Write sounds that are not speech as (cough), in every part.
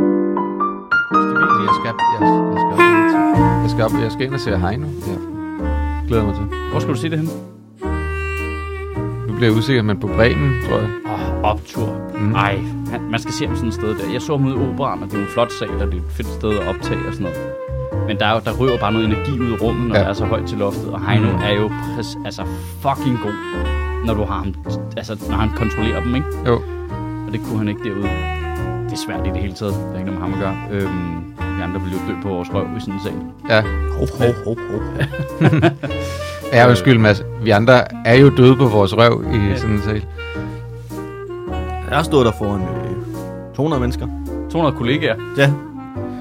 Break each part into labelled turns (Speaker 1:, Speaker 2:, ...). Speaker 1: Skal vi egentlig- Jeg skal, jeg, jeg skal, op, lige til- jeg skal, op, jeg skal ind og se hej nu. Ja. Glæder mig til.
Speaker 2: Hvor skal du se det hen?
Speaker 1: Nu bliver jeg usikker, men på Bremen, tror jeg.
Speaker 2: Oh, optur.
Speaker 1: Mm.
Speaker 2: Mm. Ej, han- man skal se ham sådan et sted der. Jeg så ham ude i operan, og det er jo en flot sal, og det er et fedt sted at optage og sådan noget. Men der, er jo, der ryger bare noget energi ud i rummet, når
Speaker 1: Ja.
Speaker 2: ja. der er så højt til loftet. Og Heino
Speaker 1: Mm.
Speaker 2: mm. er jo præs, altså fucking god, når du har ham, altså, når han kontrollerer dem, ikke?
Speaker 1: Jo.
Speaker 2: Og det kunne han ikke derude. Det er svært i det hele taget. Der er ikke noget med ham at gøre. Øhm, vi andre ville jo dø på vores røv i sådan en sag.
Speaker 1: Ja.
Speaker 2: Hov, hov, hov, hov.
Speaker 1: Ja, undskyld, Mads. Vi andre er jo døde på vores røv i
Speaker 2: Ja.
Speaker 1: sådan en sal.
Speaker 3: Jeg har stået der foran øh, 200 mennesker.
Speaker 2: 200 kollegaer.
Speaker 3: Ja,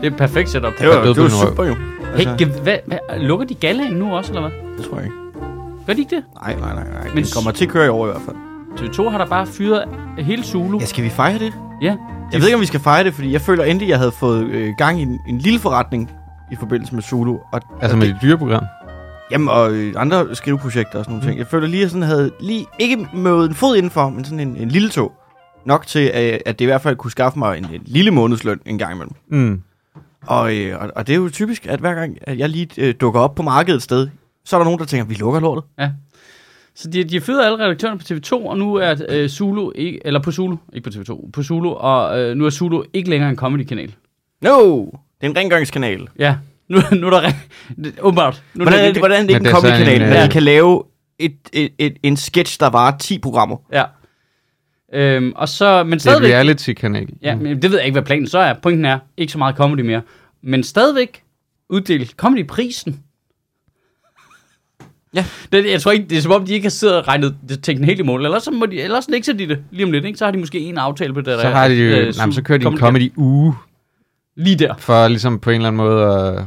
Speaker 2: Det er et perfekt setup.
Speaker 3: det var,
Speaker 1: døde
Speaker 3: det var
Speaker 1: på en røv.
Speaker 3: super jo. Altså,
Speaker 2: Hey, ge- hvad, hvad, lukker de galaen nu også, eller hvad?
Speaker 3: det tror jeg ikke.
Speaker 2: Gør de ikke det?
Speaker 3: Nej, nej, nej, nej. Men
Speaker 2: Men
Speaker 3: det kommer til at køre i år i hvert fald.
Speaker 2: TV2 har der bare fyret hele Zulu.
Speaker 3: Ja, skal vi fejre det?
Speaker 2: Ja.
Speaker 3: Jeg ved ikke, om vi skal fejre det, fordi jeg føler endelig, jeg havde fået øh, gang i en, en lille forretning i forbindelse med Zulu. Og,
Speaker 1: Altså
Speaker 3: og
Speaker 1: med
Speaker 3: det,
Speaker 1: dit dyreprogram.
Speaker 3: jamen, og øh, andre skriveprojekter og sådan nogle ting. Jeg føler lige, at jeg sådan havde lige, ikke mødet en fod indenfor, men sådan en, en lille tog. Nok til, øh, at det i hvert fald kunne skaffe mig en, en lille månedsløn en gang imellem.
Speaker 1: Mm.
Speaker 3: Og, øh, og, og det er jo typisk, at hver gang at jeg lige øh, dukker op på markedet et sted, så er der nogen, der tænker, vi lukker lortet.
Speaker 2: Så de, de har fyret alle redaktørerne på TV2, og nu er øh, Zulu, ikke, eller på Zulu, ikke på TV2, på Zulu, og øh, nu er Zulu ikke længere en comedy-kanal.
Speaker 3: No! Det er en rengøringskanal.
Speaker 2: Ja, nu, nu er der re- (laughs) åbenbart. Nu
Speaker 3: Hvordan er det, hvordan er det
Speaker 1: Men
Speaker 3: ikke en
Speaker 1: det er så en,
Speaker 3: comedy-kanal,
Speaker 1: øh,
Speaker 3: men I kan lave et, et, et, en sketch, der varer 10 programmer?
Speaker 2: Ja. Øhm, og så, men
Speaker 1: Det er et
Speaker 2: stadigvæk,
Speaker 1: reality-kanal. Mm.
Speaker 2: ja, men det ved jeg ikke, hvad planen så er. Pointen er, ikke så meget comedy mere. Men stadigvæk uddelt comedy-prisen.
Speaker 3: Ja.
Speaker 2: Det, jeg tror ikke, det er som om, de ikke har siddet og regnet det, tænkt den helt i mål. Ellers, så må de, ellers lægger de det lige om lidt, ikke? Så har de måske en aftale på det der.
Speaker 1: Så har de jo,
Speaker 2: øh,
Speaker 1: nej, men så kører de en
Speaker 2: comedy-
Speaker 1: comedy-uge,
Speaker 2: Lige der.
Speaker 1: for ligesom på en eller anden måde at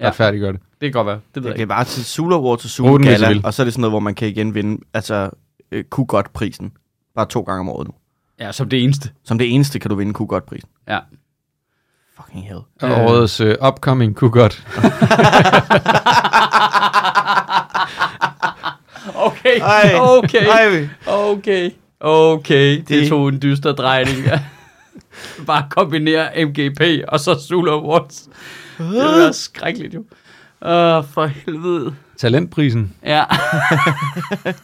Speaker 2: Ja.
Speaker 1: retfærdiggøre det.
Speaker 2: Det kan godt være. Det ved jeg
Speaker 3: Det er
Speaker 2: ikke.
Speaker 3: bare til Zulu Award til Zulu
Speaker 1: Brug den, hvis I
Speaker 3: Gala,
Speaker 1: vil.
Speaker 3: og så er det sådan noget, hvor man kan igen vinde, altså øh, kunne godt prisen. Bare to gange om året nu.
Speaker 2: Ja, som det eneste.
Speaker 3: Som det eneste kan du vinde kunne godt prisen.
Speaker 2: Ja.
Speaker 3: Fucking hell.
Speaker 1: Og
Speaker 2: Øh.
Speaker 1: årets øh, upcoming kunne godt.
Speaker 2: Okay,
Speaker 3: (laughs) Ej,
Speaker 2: okay,
Speaker 3: Ej,
Speaker 2: okay, okay. Det,
Speaker 3: Det-
Speaker 2: tog en dyster drejning. bare kombinere MGP og så Zulu Awards. Det var skrækkeligt jo. Åh, for helvede.
Speaker 1: Talentprisen.
Speaker 2: Ja.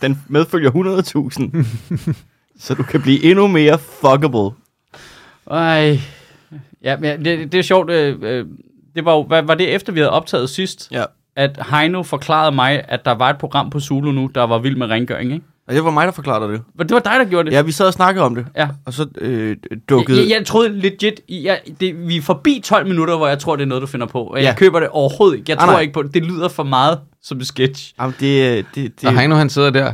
Speaker 3: den medfølger (laughs) 100.000. så du kan blive endnu mere fuckable.
Speaker 2: Ej. Ja, men det, det er sjovt. øh, øh, Det var, jo, hvad, var det efter, vi havde optaget sidst,
Speaker 3: Ja.
Speaker 2: at Heino forklarede mig, at der var et program på Zulu nu, der var vild med rengøring, ikke?
Speaker 3: Og det var mig, der forklarede dig det.
Speaker 2: Men det var dig, der gjorde det.
Speaker 3: Ja, vi sad og snakkede om det,
Speaker 2: ja.
Speaker 3: og så øh, dukkede...
Speaker 2: Jeg, jeg, jeg troede legit, jeg, det, vi er forbi 12 minutter, hvor jeg tror, det er noget, du finder på. Og jeg
Speaker 3: Ja.
Speaker 2: køber det overhovedet ikke. Jeg
Speaker 3: Ah,
Speaker 2: tror
Speaker 3: nej.
Speaker 2: ikke på det. Det lyder for meget som en sketch.
Speaker 3: Jamen, det, øh, det, det,
Speaker 1: Og Heino, han sidder der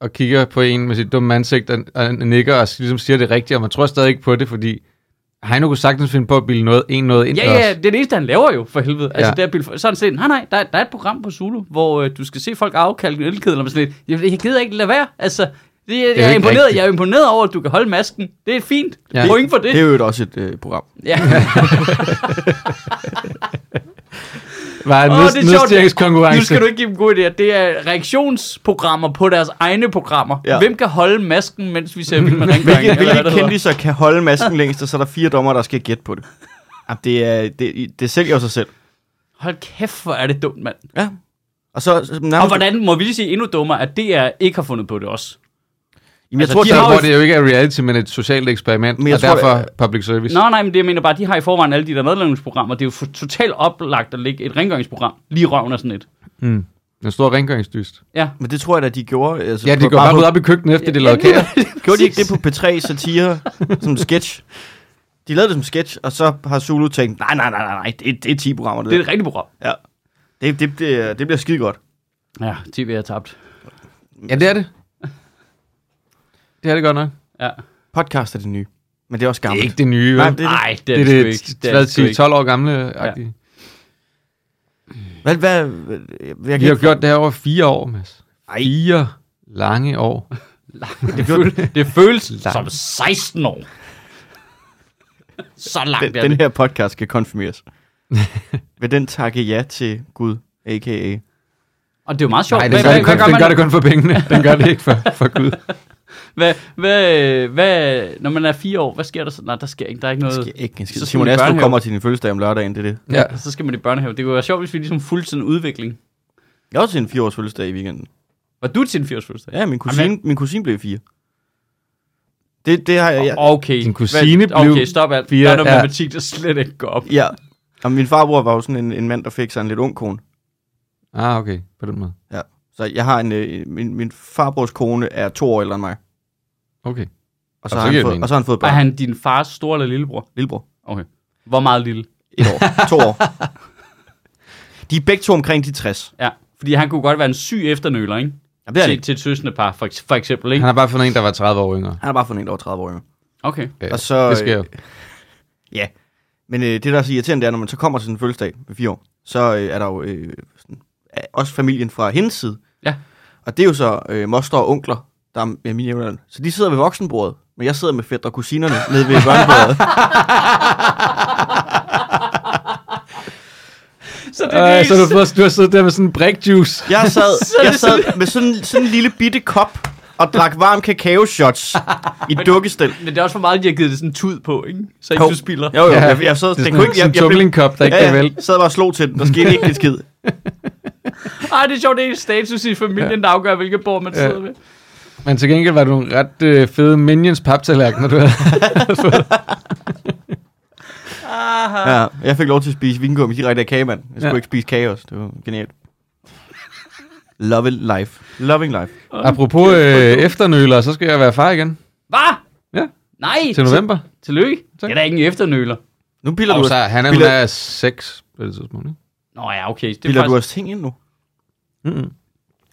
Speaker 1: og kigger på en med sit dumme ansigt og, og nikker og ligesom siger det rigtigt, og man tror stadig ikke på det, fordi Heino kunne sagtens finde på at bilde noget, en noget ind
Speaker 2: Ja,
Speaker 1: til
Speaker 2: ja,
Speaker 1: os.
Speaker 2: det er det eneste, han laver jo, for helvede. Altså,
Speaker 1: Ja.
Speaker 2: det er Bill- sådan set, nej, nej, der, er- der er et program på Zulu, hvor øh, du skal se folk afkalde en elkedel, og sådan lidt. Jeg, jeg gider ikke lade være, altså... Det, jeg,
Speaker 1: jo
Speaker 2: er
Speaker 1: ikke
Speaker 2: imponeret,
Speaker 1: rigtigt.
Speaker 2: jeg er imponeret over, at du kan holde masken. Det er fint.
Speaker 1: Ja.
Speaker 2: Ja. Point for det.
Speaker 3: det er jo også et øh, program.
Speaker 2: Ja.
Speaker 1: Var en
Speaker 2: Åh, det er sjovt.
Speaker 1: nedstyrningskonkurrence.
Speaker 2: Nu skal du ikke give dem gode idéer. Det er reaktionsprogrammer på deres egne programmer.
Speaker 3: Ja.
Speaker 2: Ja. Hvem kan holde masken, mens vi ser Vild med Rengøring?
Speaker 3: Hvilke,
Speaker 2: eller hvad
Speaker 3: hvilke
Speaker 2: det hedder?
Speaker 3: kendtiser kan holde masken længst, og så er der fire dommer, der skal gætte på det. Jamen, det, er, det, det sælger jo sig selv.
Speaker 2: Hold kæft, hvor er det dumt, mand.
Speaker 3: Ja. Og så, så nærmest,
Speaker 2: Og hvordan må vi lige sige endnu dummere, at DR ikke har fundet på det også?
Speaker 3: Jamen, jeg
Speaker 2: altså,
Speaker 3: tror,
Speaker 2: de
Speaker 3: de
Speaker 1: Der,
Speaker 2: har
Speaker 3: har
Speaker 1: hvor det jo ikke er reality, men et socialt eksperiment,
Speaker 3: Men jeg
Speaker 1: og
Speaker 3: tror,
Speaker 1: derfor public service.
Speaker 2: Nå, nej, men det jeg mener bare, de har i forvejen alle de der medlemsprogrammer. Det er jo for- totalt oplagt at lægge et rengøringsprogram lige i røven af sådan et.
Speaker 1: Mm. En stor rengøringsdyst.
Speaker 2: Ja.
Speaker 3: men det tror jeg da, de gjorde. Altså,
Speaker 1: Ja,
Speaker 3: på-
Speaker 1: de går bare ud op i køkkenet, efter de lavede
Speaker 2: Ja,
Speaker 1: kager.
Speaker 3: på, Gjorde de ikke det på P3 satire som sketch? De lavede det som sketch, og så har Zulu tænkt, nej, nej, nej, nej, nej, det, det er 10 programmer, det,
Speaker 2: Det er
Speaker 3: det,
Speaker 2: et rigtigt program.
Speaker 3: ja. det, det, bliver, det bliver skide godt.
Speaker 2: Ja, TV er tabt.
Speaker 1: Ja, det er det. Det er det godt nok.
Speaker 2: Ja.
Speaker 3: Podcast er det nye, men det er også
Speaker 1: Det er
Speaker 3: gammelt.
Speaker 1: ikke det nye, vel?
Speaker 3: Nej, det er
Speaker 2: Nej, det
Speaker 1: det
Speaker 2: er
Speaker 1: er
Speaker 2: det, sgu ikke.
Speaker 1: det,
Speaker 2: Det er det sgu
Speaker 1: det,
Speaker 2: ikke.
Speaker 1: 12 år gamle-agtige.
Speaker 3: Hvad, hvad, hvad, jeg
Speaker 1: Vi har gjort det her over fire år, Mads.
Speaker 3: Ej.
Speaker 1: Fire lange (laughs) år.
Speaker 2: Det, føles, det føles
Speaker 1: Langt.
Speaker 2: som 16 år. Så langt
Speaker 3: den,
Speaker 2: er det.
Speaker 3: den her podcast skal konfirmeres. Vil den takke ja til Gud, a.k.a.
Speaker 2: Og det er jo meget sjovt.
Speaker 1: Nej, den gør, det kun, den gør det kun for (laughs) pengene. Den gør det ikke for, for Gud.
Speaker 2: Hvad, hvad, hvad, når man er fire år, hvad sker der så? Nej, der sker ikke, der er ikke noget.
Speaker 3: Det sker ikke en skid.
Speaker 2: Øh, Så skal
Speaker 3: Simon
Speaker 2: man i
Speaker 3: Astrup
Speaker 2: børnehave.
Speaker 3: kommer til din fødselsdag om lørdagen, det er det.
Speaker 1: Ja.
Speaker 2: Så skal man i børnehave. Det kunne være sjovt, hvis vi ligesom fulgte sådan en udvikling.
Speaker 3: Jeg er også til en fireårs fødselsdag i weekenden.
Speaker 2: Var du til din 80 fødselsdag?
Speaker 3: Ja, min kusine, Amen. min kusine blev fire. Det, det har jeg... jeg
Speaker 2: Okay.
Speaker 1: Din kusine
Speaker 2: Hvad- Okay,
Speaker 1: blev
Speaker 2: stop alt.
Speaker 1: fire-
Speaker 2: der er noget
Speaker 1: ja.
Speaker 2: matematik, der slet ikke går op.
Speaker 3: ja. Jamen, min farbror var jo sådan en, en mand, der fik sig en lidt ung kone.
Speaker 1: Ah, okay. På den måde.
Speaker 3: Så jeg har en... Øh, min, min farbrors kone er to år ældre end mig.
Speaker 1: Okay.
Speaker 3: Og så,
Speaker 1: Og så
Speaker 3: har,
Speaker 1: giver
Speaker 3: han
Speaker 1: det
Speaker 3: fået,
Speaker 1: mening.
Speaker 3: og så har han fået
Speaker 2: Er
Speaker 3: børn.
Speaker 2: han din fars store eller lillebror?
Speaker 3: Lillebror.
Speaker 2: Hvor meget lille?
Speaker 3: Et år. to år. De er begge to omkring de 60.
Speaker 2: Ja, fordi han kunne godt være en syg efternøler, ikke?
Speaker 3: Jamen, det er han
Speaker 2: til,
Speaker 3: ikke.
Speaker 2: til et søsende par, for, eks- for eksempel, ikke?
Speaker 1: Han har bare fundet en, der var 30 år yngre.
Speaker 3: Han har bare fundet en, der var 30 år. yngre.
Speaker 2: Okay.
Speaker 1: Ja,
Speaker 3: Og så,
Speaker 1: det sker jo.
Speaker 3: Ja, men øh, det der er så irriterende, det er, når man så kommer til sin fødselsdag ved fire år, så øh, er der jo øh, sådan, er også familien fra hendes side.
Speaker 2: Ja.
Speaker 3: Og det er jo så øh, moster og onkler, der er ja, min jævnaldrende. Så de sidder ved voksenbordet, men jeg sidder med fætter og kusinerne nede ved børnebordet.
Speaker 1: (laughs)
Speaker 2: Så det er
Speaker 1: Øh,
Speaker 2: øh,
Speaker 1: så du, har fået- du har siddet der med sådan en brækjuice.
Speaker 3: Jeg sad,
Speaker 2: Så er
Speaker 3: jeg
Speaker 2: det
Speaker 3: sad med sådan, sådan en lille bitte kop og drak varm kakao-shots i dukkestel.
Speaker 2: Men det er også for meget, at de har givet det sådan en tud på, ikke? Så ikke
Speaker 3: Jo.
Speaker 2: du spiller.
Speaker 3: Jo, jo,
Speaker 1: Ja.
Speaker 3: jeg, jeg sad,
Speaker 1: Det er
Speaker 3: den
Speaker 1: sådan,
Speaker 3: kunne ikke,
Speaker 1: sådan
Speaker 3: jeg,
Speaker 1: en
Speaker 3: jeg, blev-
Speaker 1: tumblingkop, der ikke
Speaker 3: ja,
Speaker 1: kan
Speaker 3: ja,
Speaker 1: vælte.
Speaker 3: jeg sad bare og slog til den, der skete ikke en skid.
Speaker 2: Ej, det er sjovt, det er status i familien, der afgør, hvilket bord man
Speaker 1: Ja.
Speaker 2: sidder ved.
Speaker 1: Men til gengæld var du en ret øh, fede Minions paptallerken, når du havde...
Speaker 2: Aha.
Speaker 3: (laughs) Ja, jeg fik lov til at spise vingummi direkte af kagemanden. Jeg skulle
Speaker 1: Ja.
Speaker 3: ja. ikke spise kaos. Det var genialt. Love it life. Loving life.
Speaker 1: Apropos øh, efternøler, så skal jeg være far igen
Speaker 2: Hvad?
Speaker 1: Ja.
Speaker 2: Nej.
Speaker 1: til november.
Speaker 2: til- Tillykke.
Speaker 1: Tak.
Speaker 2: Jeg er da ikke en efternøler.
Speaker 3: Nu piller,
Speaker 1: Og
Speaker 3: du,
Speaker 1: så
Speaker 3: os,
Speaker 1: han er, hun
Speaker 3: Biller-
Speaker 1: er 6 på det tidspunkt, ikke?
Speaker 2: Nå ja, okay. Det er,
Speaker 3: piller du
Speaker 2: faktisk...
Speaker 3: os ting ind nu.
Speaker 1: Mm-hmm.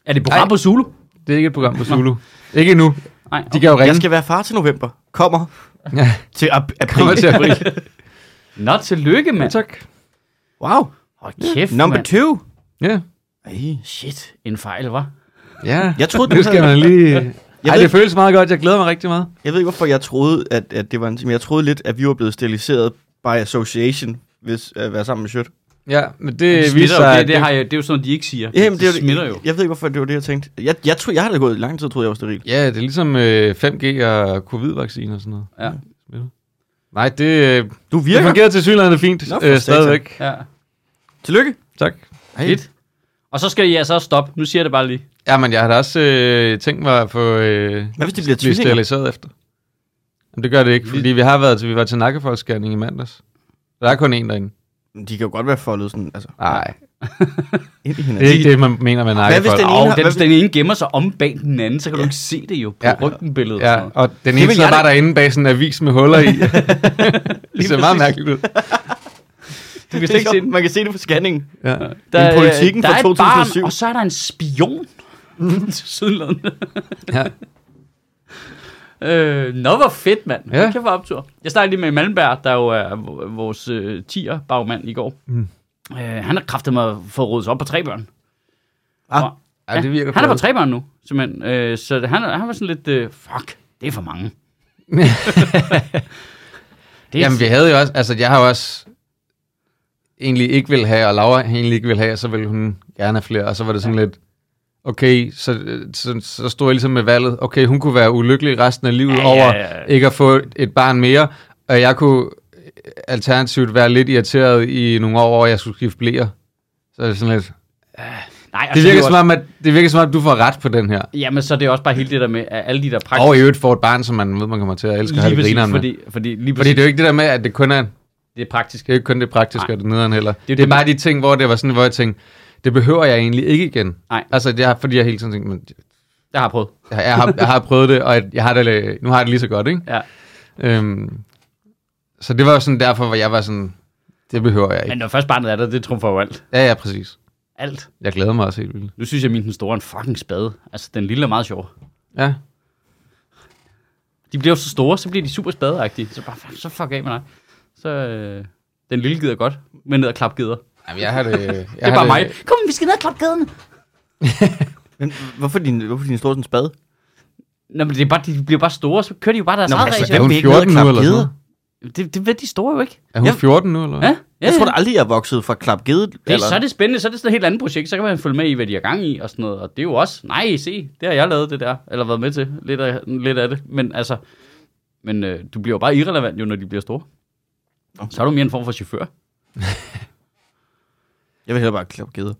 Speaker 2: er det program
Speaker 1: Ej.
Speaker 2: på Zulu?
Speaker 1: Det er ikke et program på Zulu. ikke endnu.
Speaker 2: Nej.
Speaker 1: De kan jo ringe.
Speaker 3: Jeg skal være far til november. Kommer
Speaker 1: Ja,
Speaker 3: til ap-
Speaker 1: kommer
Speaker 3: april. (laughs)
Speaker 1: til april.
Speaker 2: Nå, tillykke, mand.
Speaker 1: tak.
Speaker 3: Wow.
Speaker 2: Hold kæft,
Speaker 3: Number
Speaker 2: mand.
Speaker 3: two.
Speaker 1: Ja.
Speaker 3: Ej.
Speaker 2: Shit, en fejl,
Speaker 3: Øh,
Speaker 2: var.
Speaker 1: Ja.
Speaker 3: Jeg troede, du
Speaker 1: Nu skal man lige...
Speaker 3: Jeg
Speaker 1: Ej,
Speaker 3: ved-
Speaker 1: det føles meget godt. Jeg glæder mig rigtig meget.
Speaker 3: Jeg ved ikke, hvorfor jeg troede, at, at det var en Men jeg troede lidt, at vi var blevet steriliseret by association, hvis at være sammen med Sjøt.
Speaker 1: Ja, men det,
Speaker 2: Det,
Speaker 1: viser
Speaker 2: smitter jo,
Speaker 1: sig...
Speaker 2: det, det, har jeg, det er jo sådan, de ikke siger.
Speaker 3: Jamen, det, er
Speaker 2: det smitter jo.
Speaker 3: Jeg, jeg ved ikke, hvorfor det var det, jeg tænkte. Jeg, jeg, tror, jeg har da gået lang tid, troede jeg var steril.
Speaker 1: Ja, det er ligesom øh, 5G og covid-vaccine og sådan noget.
Speaker 2: Ja.
Speaker 1: Nej, det, øh,
Speaker 3: Du
Speaker 1: det
Speaker 3: virker.
Speaker 1: fungerer til synligheden fint
Speaker 3: Nå, for
Speaker 1: øh,
Speaker 3: satan.
Speaker 1: stadigvæk.
Speaker 2: Ja.
Speaker 3: Tillykke.
Speaker 1: Tak.
Speaker 3: Ej.
Speaker 2: Fedt. Og så skal I altså også stoppe. Nu siger jeg det bare lige.
Speaker 1: Ja, men jeg har da også øh, tænkt mig at få øh,
Speaker 3: Hvad hvis det bliver
Speaker 1: blive
Speaker 3: tvillinger?
Speaker 1: steriliseret efter. Jamen, det gør det ikke, fordi vi har været til, vi var til nakkefolksscanning i mandags. Så der er kun én derinde.
Speaker 3: De kan jo godt være foldet sådan, altså,
Speaker 1: Nej,
Speaker 3: ind i
Speaker 1: det er
Speaker 3: hinanden.
Speaker 1: ikke det, man mener med
Speaker 3: Hvad hvis
Speaker 1: nakkefolk.
Speaker 3: den
Speaker 2: Og
Speaker 3: ene har-
Speaker 2: den,
Speaker 3: hvad-
Speaker 2: den ene gemmer sig om bag den anden, så kan du ikke se det jo på
Speaker 1: Ja.
Speaker 2: ja. røntgenbilledet.
Speaker 1: Ja,
Speaker 2: Ja.
Speaker 1: og den
Speaker 3: vil
Speaker 1: ene sidder
Speaker 3: jeg da-
Speaker 1: bare derinde bag sådan en avis med huller i. det ser meget
Speaker 2: præcis.
Speaker 1: mærkeligt ud.
Speaker 2: Du kan slet ikke se den.
Speaker 3: Man kan se det på scanningen.
Speaker 1: Ja.
Speaker 2: Der,
Speaker 3: Men
Speaker 2: er- øh,
Speaker 3: politikken
Speaker 2: der
Speaker 3: fra
Speaker 2: er et
Speaker 3: 2007.
Speaker 2: Barn, og så er der en spion. (laughs) Sydlandet.
Speaker 1: Ja.
Speaker 2: Øh, nå, hvor fedt, mand.
Speaker 1: Ja.
Speaker 2: Ja. Kæft, hvor optur. Jeg snakkede lige med Malmberg, der jo er v- vores øh, tier bagmand i går.
Speaker 1: Mm.
Speaker 2: Mm. Øh, han har kraftet mig for at rådes op på tre børn.
Speaker 3: Ah.
Speaker 2: Og-
Speaker 1: Ej, det virker
Speaker 2: han er på
Speaker 1: flot.
Speaker 2: tre børn nu, simpelthen. Øh, så det- han, er- han var sådan lidt, øh, fuck, det er for
Speaker 1: (laughs)
Speaker 2: mange. det er
Speaker 1: Jamen, vi havde jo også, altså jeg har jo også egentlig ikke vil have, og Laura egentlig ikke vil have, og så ville hun gerne have flere, og så var det sådan ja. lidt, okay, så, så, så stod jeg ligesom med valget, okay, hun kunne være ulykkelig resten af livet ja, over ja, ja. ikke at få et barn mere, og jeg kunne alternativt være lidt irriteret i nogle år, hvor jeg skulle skifte blære. Så er det sådan lidt,
Speaker 2: Nej, og
Speaker 1: det
Speaker 2: så Altså, er
Speaker 1: virker,
Speaker 2: jo
Speaker 1: som om, at, det virker som om, at du får ret på den her.
Speaker 2: også- Jamen, så er det også bare hele det der med, at alle de der praktiske...
Speaker 1: Og i øvrigt får et barn, som man ved, man kommer til at elske og have
Speaker 2: lige
Speaker 1: det
Speaker 2: præcis,
Speaker 1: grineren med.
Speaker 2: fordi, fordi, lige
Speaker 1: Fordi
Speaker 2: præcis,
Speaker 1: det er jo ikke det der med, at det kun er
Speaker 2: det er praktisk.
Speaker 1: Det er jo ikke kun det praktiske og det nederen heller. Det,
Speaker 2: jo
Speaker 1: det, det er
Speaker 2: det,
Speaker 1: bare
Speaker 2: man-
Speaker 1: de ting, hvor det var sådan, hvor jeg tænkte, det behøver jeg egentlig ikke igen.
Speaker 2: Nej.
Speaker 1: Altså, det er, fordi jeg hele tiden tænkte, men
Speaker 2: Jeg har prøvet.
Speaker 1: jeg, jeg, har, jeg har prøvet det, og jeg, jeg har det, nu har jeg det lige så godt, ikke?
Speaker 2: Ja.
Speaker 1: Øhm, så det var jo sådan derfor, hvor jeg var sådan, det behøver jeg
Speaker 2: Men
Speaker 1: ikke.
Speaker 2: når først barnet er der, det trumfer jo alt.
Speaker 1: Ja, ja, præcis.
Speaker 2: Alt.
Speaker 1: Jeg glæder mig også helt vildt.
Speaker 2: Nu synes jeg, min den store er en fucking spade. Altså, den lille er meget sjov.
Speaker 1: Ja.
Speaker 2: De bliver jo så store, så bliver de super spadeagtige. Så bare, så fuck af med dig. Så øh, den lille gider godt, men ned og klap gider. Det
Speaker 1: Jamen, jeg har det... Jeg det
Speaker 2: er bare mig. Kom, vi skal ned og klap gæderne.
Speaker 3: Men hvorfor din, hvorfor din store sådan spade?
Speaker 2: Nå, men det er bare, de bliver bare store, så kører de jo bare deres
Speaker 3: Nå,
Speaker 2: eget
Speaker 3: altså,
Speaker 2: race.
Speaker 1: Er
Speaker 3: Jeg
Speaker 1: hun
Speaker 3: vil ikke ned og
Speaker 1: 14 nu
Speaker 3: klappe
Speaker 1: eller sådan
Speaker 3: geder.
Speaker 1: noget?
Speaker 2: Det, det ved de store jo ikke.
Speaker 1: Er hun
Speaker 3: Jeg-
Speaker 1: 14 nu, eller hvad?
Speaker 2: Ja, ja,
Speaker 3: Jeg tror
Speaker 2: ja.
Speaker 3: da aldrig, jeg er vokset fra klap givet.
Speaker 2: det, så er det spændende, så er det sådan et helt andet projekt, så kan man følge med i, hvad de har gang i og sådan noget, og det er jo også, nej, se, det har jeg lavet det der, eller været med til, lidt af, lidt af det, men altså, men øh, du bliver jo bare irrelevant jo, når de bliver store. Så er du mere en form for chauffør.
Speaker 3: Jeg vil hellere bare klap givet.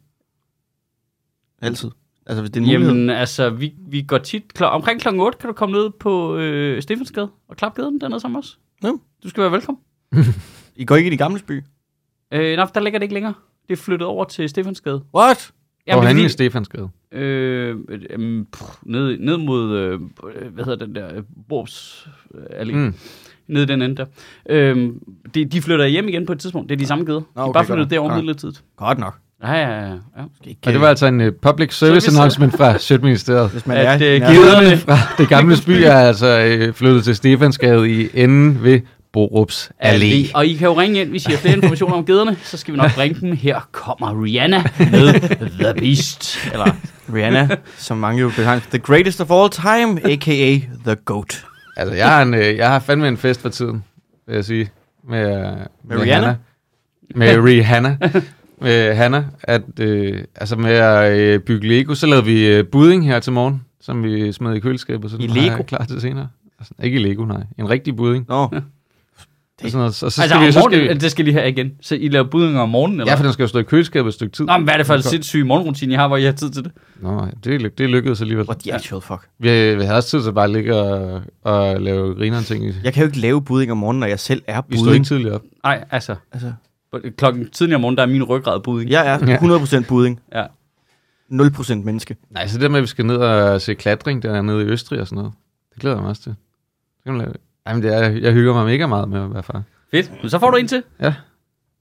Speaker 3: Altid. Altså, hvis det er en mulighed.
Speaker 2: Jamen altså, vi, vi går tit, kl- omkring klokken 8 kan du komme ned på øh, Steffensgade og klappe geden dernede sammen med os.
Speaker 3: Nå.
Speaker 2: Du skal være velkommen.
Speaker 3: I går ikke i de gamle by.
Speaker 2: Øh, nej, for der ligger det ikke længere. Det er flyttet over til Steffensgade.
Speaker 3: What?
Speaker 1: Hvor
Speaker 2: det er
Speaker 1: han i
Speaker 2: fordi-
Speaker 1: Stefansgade?
Speaker 2: Øh, øh, øhm, pff, ned, ned mod, øh, øh, hvad hedder den der, øh, Borbs øh, Allé. Mm.
Speaker 1: Mm.
Speaker 2: Ned i den ende der. Øh, de, de flytter hjem igen på et tidspunkt. Det er de samme geder.
Speaker 3: Nå,
Speaker 2: de er bare
Speaker 3: okay, godt
Speaker 2: flyttet
Speaker 3: nok. Ah.
Speaker 2: derover
Speaker 3: Ja.
Speaker 2: midlertidigt.
Speaker 3: Godt nok.
Speaker 2: Ja, ja, ja. ja.
Speaker 3: Ikke,
Speaker 1: Og det var altså en uh, public service
Speaker 2: Service.
Speaker 1: announcement
Speaker 3: (laughs)
Speaker 1: fra Sjøtministeriet.
Speaker 3: Hvis man
Speaker 2: At,
Speaker 3: er,
Speaker 2: øh,
Speaker 3: ja.
Speaker 2: givet-
Speaker 1: Gederne fra det gamle by er altså uh, flyttet til Stefansgade i enden ved Borups Allé.
Speaker 2: Og I kan jo ringe ind, hvis I har flere informationer om gederne, så skal vi nok bringe dem. Her kommer Rihanna med The Beast. Eller, (laughs)
Speaker 3: Rihanna, som mange jo betegner. The greatest of all time, a.k.a. The GOAT.
Speaker 1: Altså, jeg har, en, øh, jeg har fandme en fest for tiden, vil jeg sige. Med, øh, med,
Speaker 3: Rihanna?
Speaker 1: Hanna. Med Rihanna. med Hanna. At, øh, altså med at øh, bygge Lego, så lavede vi øh, budding her til morgen, som vi smed i køleskabet. Så
Speaker 3: I
Speaker 1: den var jeg
Speaker 3: Lego?
Speaker 1: klar til senere. Altså, ikke i Lego, nej. En rigtig budding.
Speaker 3: Nå,
Speaker 1: Og sådan noget. Og så skal
Speaker 2: altså,
Speaker 1: vi,
Speaker 2: om
Speaker 1: så skal vi,
Speaker 2: morgenen, det skal lige her igen. Så I laver budinger om morgenen, eller?
Speaker 1: ja, for den skal jo stå i køleskabet et stykke tid.
Speaker 2: Nå, men hvad er det for en sindssyg morgenrutine, I har, hvor I har tid til det?
Speaker 1: Nå det, ly- det lykkedes alligevel.
Speaker 3: what the actual fuck.
Speaker 1: Vi, vi havde også tid til bare at ligge og, og lave grineren ting. i-
Speaker 3: Jeg kan jo ikke lave budding om morgenen, når jeg selv er
Speaker 1: Vi stod ikke
Speaker 3: budding.
Speaker 1: tidligt op.
Speaker 2: Nej, altså,
Speaker 3: Altså,
Speaker 2: klokken tidligere om morgenen, der er min ryggrad budding.
Speaker 3: jeg er 100% budding.
Speaker 2: Ja.
Speaker 3: 0% menneske.
Speaker 1: Nej, så det der med, at vi skal ned og se klatring der nede i Østrig og sådan noget. Det glæder jeg mig også til. Så kan man lave det. Jamen, det er, jeg hygger mig mega meget med at være far.
Speaker 2: Fedt. Men så får du en til.
Speaker 1: Ja.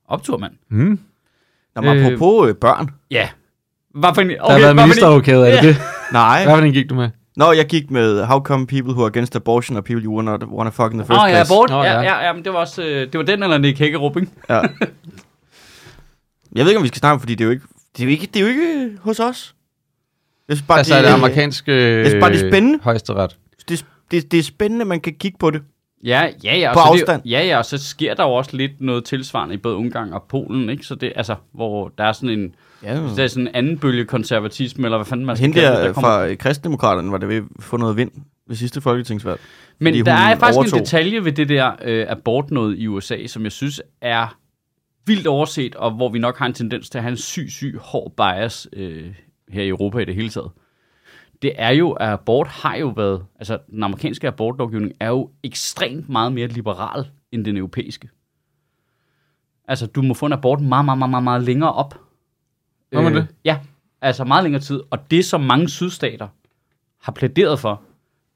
Speaker 2: Optur, mand.
Speaker 1: Hmm.
Speaker 3: Nå, men
Speaker 2: Øh.
Speaker 3: apropos øh, børn.
Speaker 2: Ja. Hvad for en... Okay,
Speaker 1: Der har været
Speaker 2: hvad for en-
Speaker 1: ministerrokade, er det
Speaker 2: Ja.
Speaker 1: det?
Speaker 3: Nej.
Speaker 1: Hvad for en gik du med?
Speaker 3: Nå, jeg gik med How come people who are against abortion og people you wanna, wanna fuck in the
Speaker 2: Nå,
Speaker 3: first
Speaker 2: ja,
Speaker 3: place.
Speaker 2: abort.
Speaker 1: Nå,
Speaker 2: ja,
Speaker 1: ja.
Speaker 2: ja, ja, men det var også... Øh, det var den eller Nick Hækkerup, ikke?
Speaker 3: Ja. Jeg ved ikke, om vi skal snakke om, fordi det er jo ikke, det er jo ikke, det er jo ikke øh, hos os. Jeg synes bare,
Speaker 1: Altså,
Speaker 3: det,
Speaker 1: det amerikanske...
Speaker 3: Jeg synes bare, det er spændende.
Speaker 1: Højesteret.
Speaker 3: det, det, det, er spændende, man kan kigge på det.
Speaker 2: Ja, ja, ja. og
Speaker 3: På
Speaker 2: så det-
Speaker 3: afstand.
Speaker 2: Ja, ja, og så sker der jo også lidt noget tilsvarende i både Ungarn og Polen, ikke? Så det, altså, hvor der er sådan en...
Speaker 3: Ja,
Speaker 2: Mm. Der er sådan en anden bølge konservatisme, eller hvad fanden man skal
Speaker 3: Hende
Speaker 2: kalde
Speaker 3: der,
Speaker 2: det,
Speaker 3: der
Speaker 2: kommer-
Speaker 3: fra øh, kristdemokraterne var det ved at få noget vind ved sidste folketingsvalg.
Speaker 2: Men
Speaker 3: fordi
Speaker 2: der
Speaker 3: hun
Speaker 2: er faktisk overtog.
Speaker 3: overtog.
Speaker 2: en detalje ved det der øh, abortnåde i USA, som jeg synes er vildt overset, og hvor vi nok har en tendens til at have en syg, syg, hård bias øh, her i Europa i det hele taget. Det er jo, at abort har jo været, altså den amerikanske abortlovgivning er jo ekstremt meget mere liberal end den europæiske. Altså, du må få en abort meget, meget, meget, meget, meget længere op.
Speaker 1: Må man det?
Speaker 2: Øh, Ja, altså meget længere tid. Og det, som mange sydstater har plæderet for,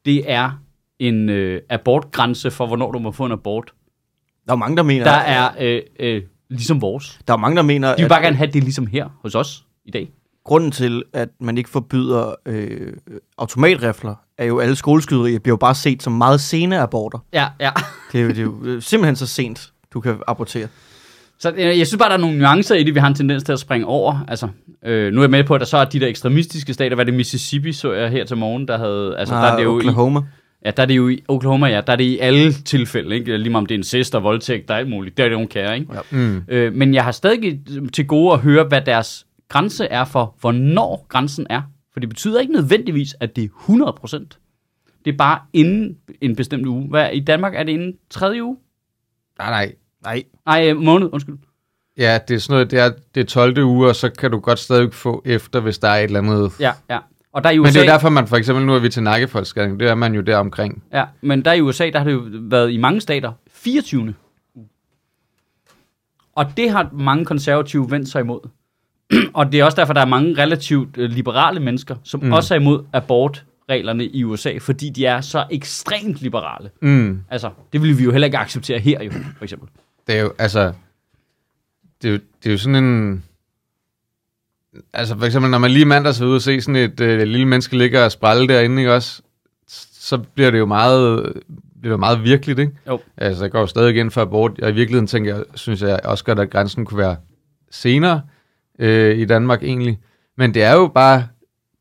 Speaker 2: det er en øh, abortgrænse for, hvornår du må få en abort.
Speaker 3: Der er jo mange, der mener,
Speaker 2: Der er øh, øh, ligesom vores.
Speaker 3: der er jo mange, der mener
Speaker 2: De vil
Speaker 3: at
Speaker 2: bare gerne have det ligesom her hos os i dag.
Speaker 3: grunden til, at man ikke forbyder øh, automatrifler, er jo alle skoleskyderier bliver jo bare set som meget sene aborter.
Speaker 2: Ja, ja.
Speaker 3: Det er jo, det er jo øh, simpelthen så sent, du kan abortere.
Speaker 2: Så øh, jeg synes bare, der er nogle nuancer i det, vi har en tendens til at springe over. Altså, øh, nu er jeg med på, at der så er de der ekstremistiske stater. Hvad er det Mississippi, så jeg her til morgen, der havde... Altså, der er det
Speaker 1: Ah,
Speaker 2: jo i,
Speaker 3: Oklahoma.
Speaker 2: ja, der er det jo i Oklahoma, ja. Der er det i alle tilfælde, ikke? Lige meget om det er incest og voldtægt, der er alt muligt. Der er det, hun kære, ikke?
Speaker 1: Mm.
Speaker 2: Øh, men jeg har stadig til gode at høre, hvad deres grænse er for, hvornår grænsen er. For det betyder ikke nødvendigvis, at det er 100%. Det er bare inden en bestemt uge. Hvad, I Danmark er det inden tredje uge?
Speaker 1: Nej, nej.
Speaker 3: Nej.
Speaker 2: Nej, øh, måned, undskyld.
Speaker 1: Ja, det er sådan noget, det er, det er 12. uge, og så kan du godt stadig få efter, hvis der er et eller andet.
Speaker 2: Ja, ja. Og der i USA,
Speaker 1: Men det er jo derfor, man for eksempel, nu er vi til nakkefoldskadning, det er man jo der omkring.
Speaker 2: ja, men der i USA, der har det jo været i mange stater 24. uge. Og det har mange konservative vendt sig imod. (clears throat) og det er også derfor, der er mange relativt øh, liberale mennesker, som mm. også er imod abortreglerne i USA, fordi de er så ekstremt liberale.
Speaker 1: Mm.
Speaker 2: Altså, det ville vi jo heller ikke acceptere her, jo, for eksempel.
Speaker 1: Det er jo, altså, det er jo, det er jo sådan en... Altså for eksempel, når man lige i mandags var ude og se sådan et øh, lille menneske ligge og sprælle derinde, ikke også? Så bliver det jo meget, bliver det jo meget virkeligt, ikke?
Speaker 2: Jo.
Speaker 1: Altså, jeg går jo stadig ind for abort. Og i virkeligheden tænker jeg, synes jeg også godt, at grænsen kunne være senere øh, i Danmark egentlig. Men det er jo bare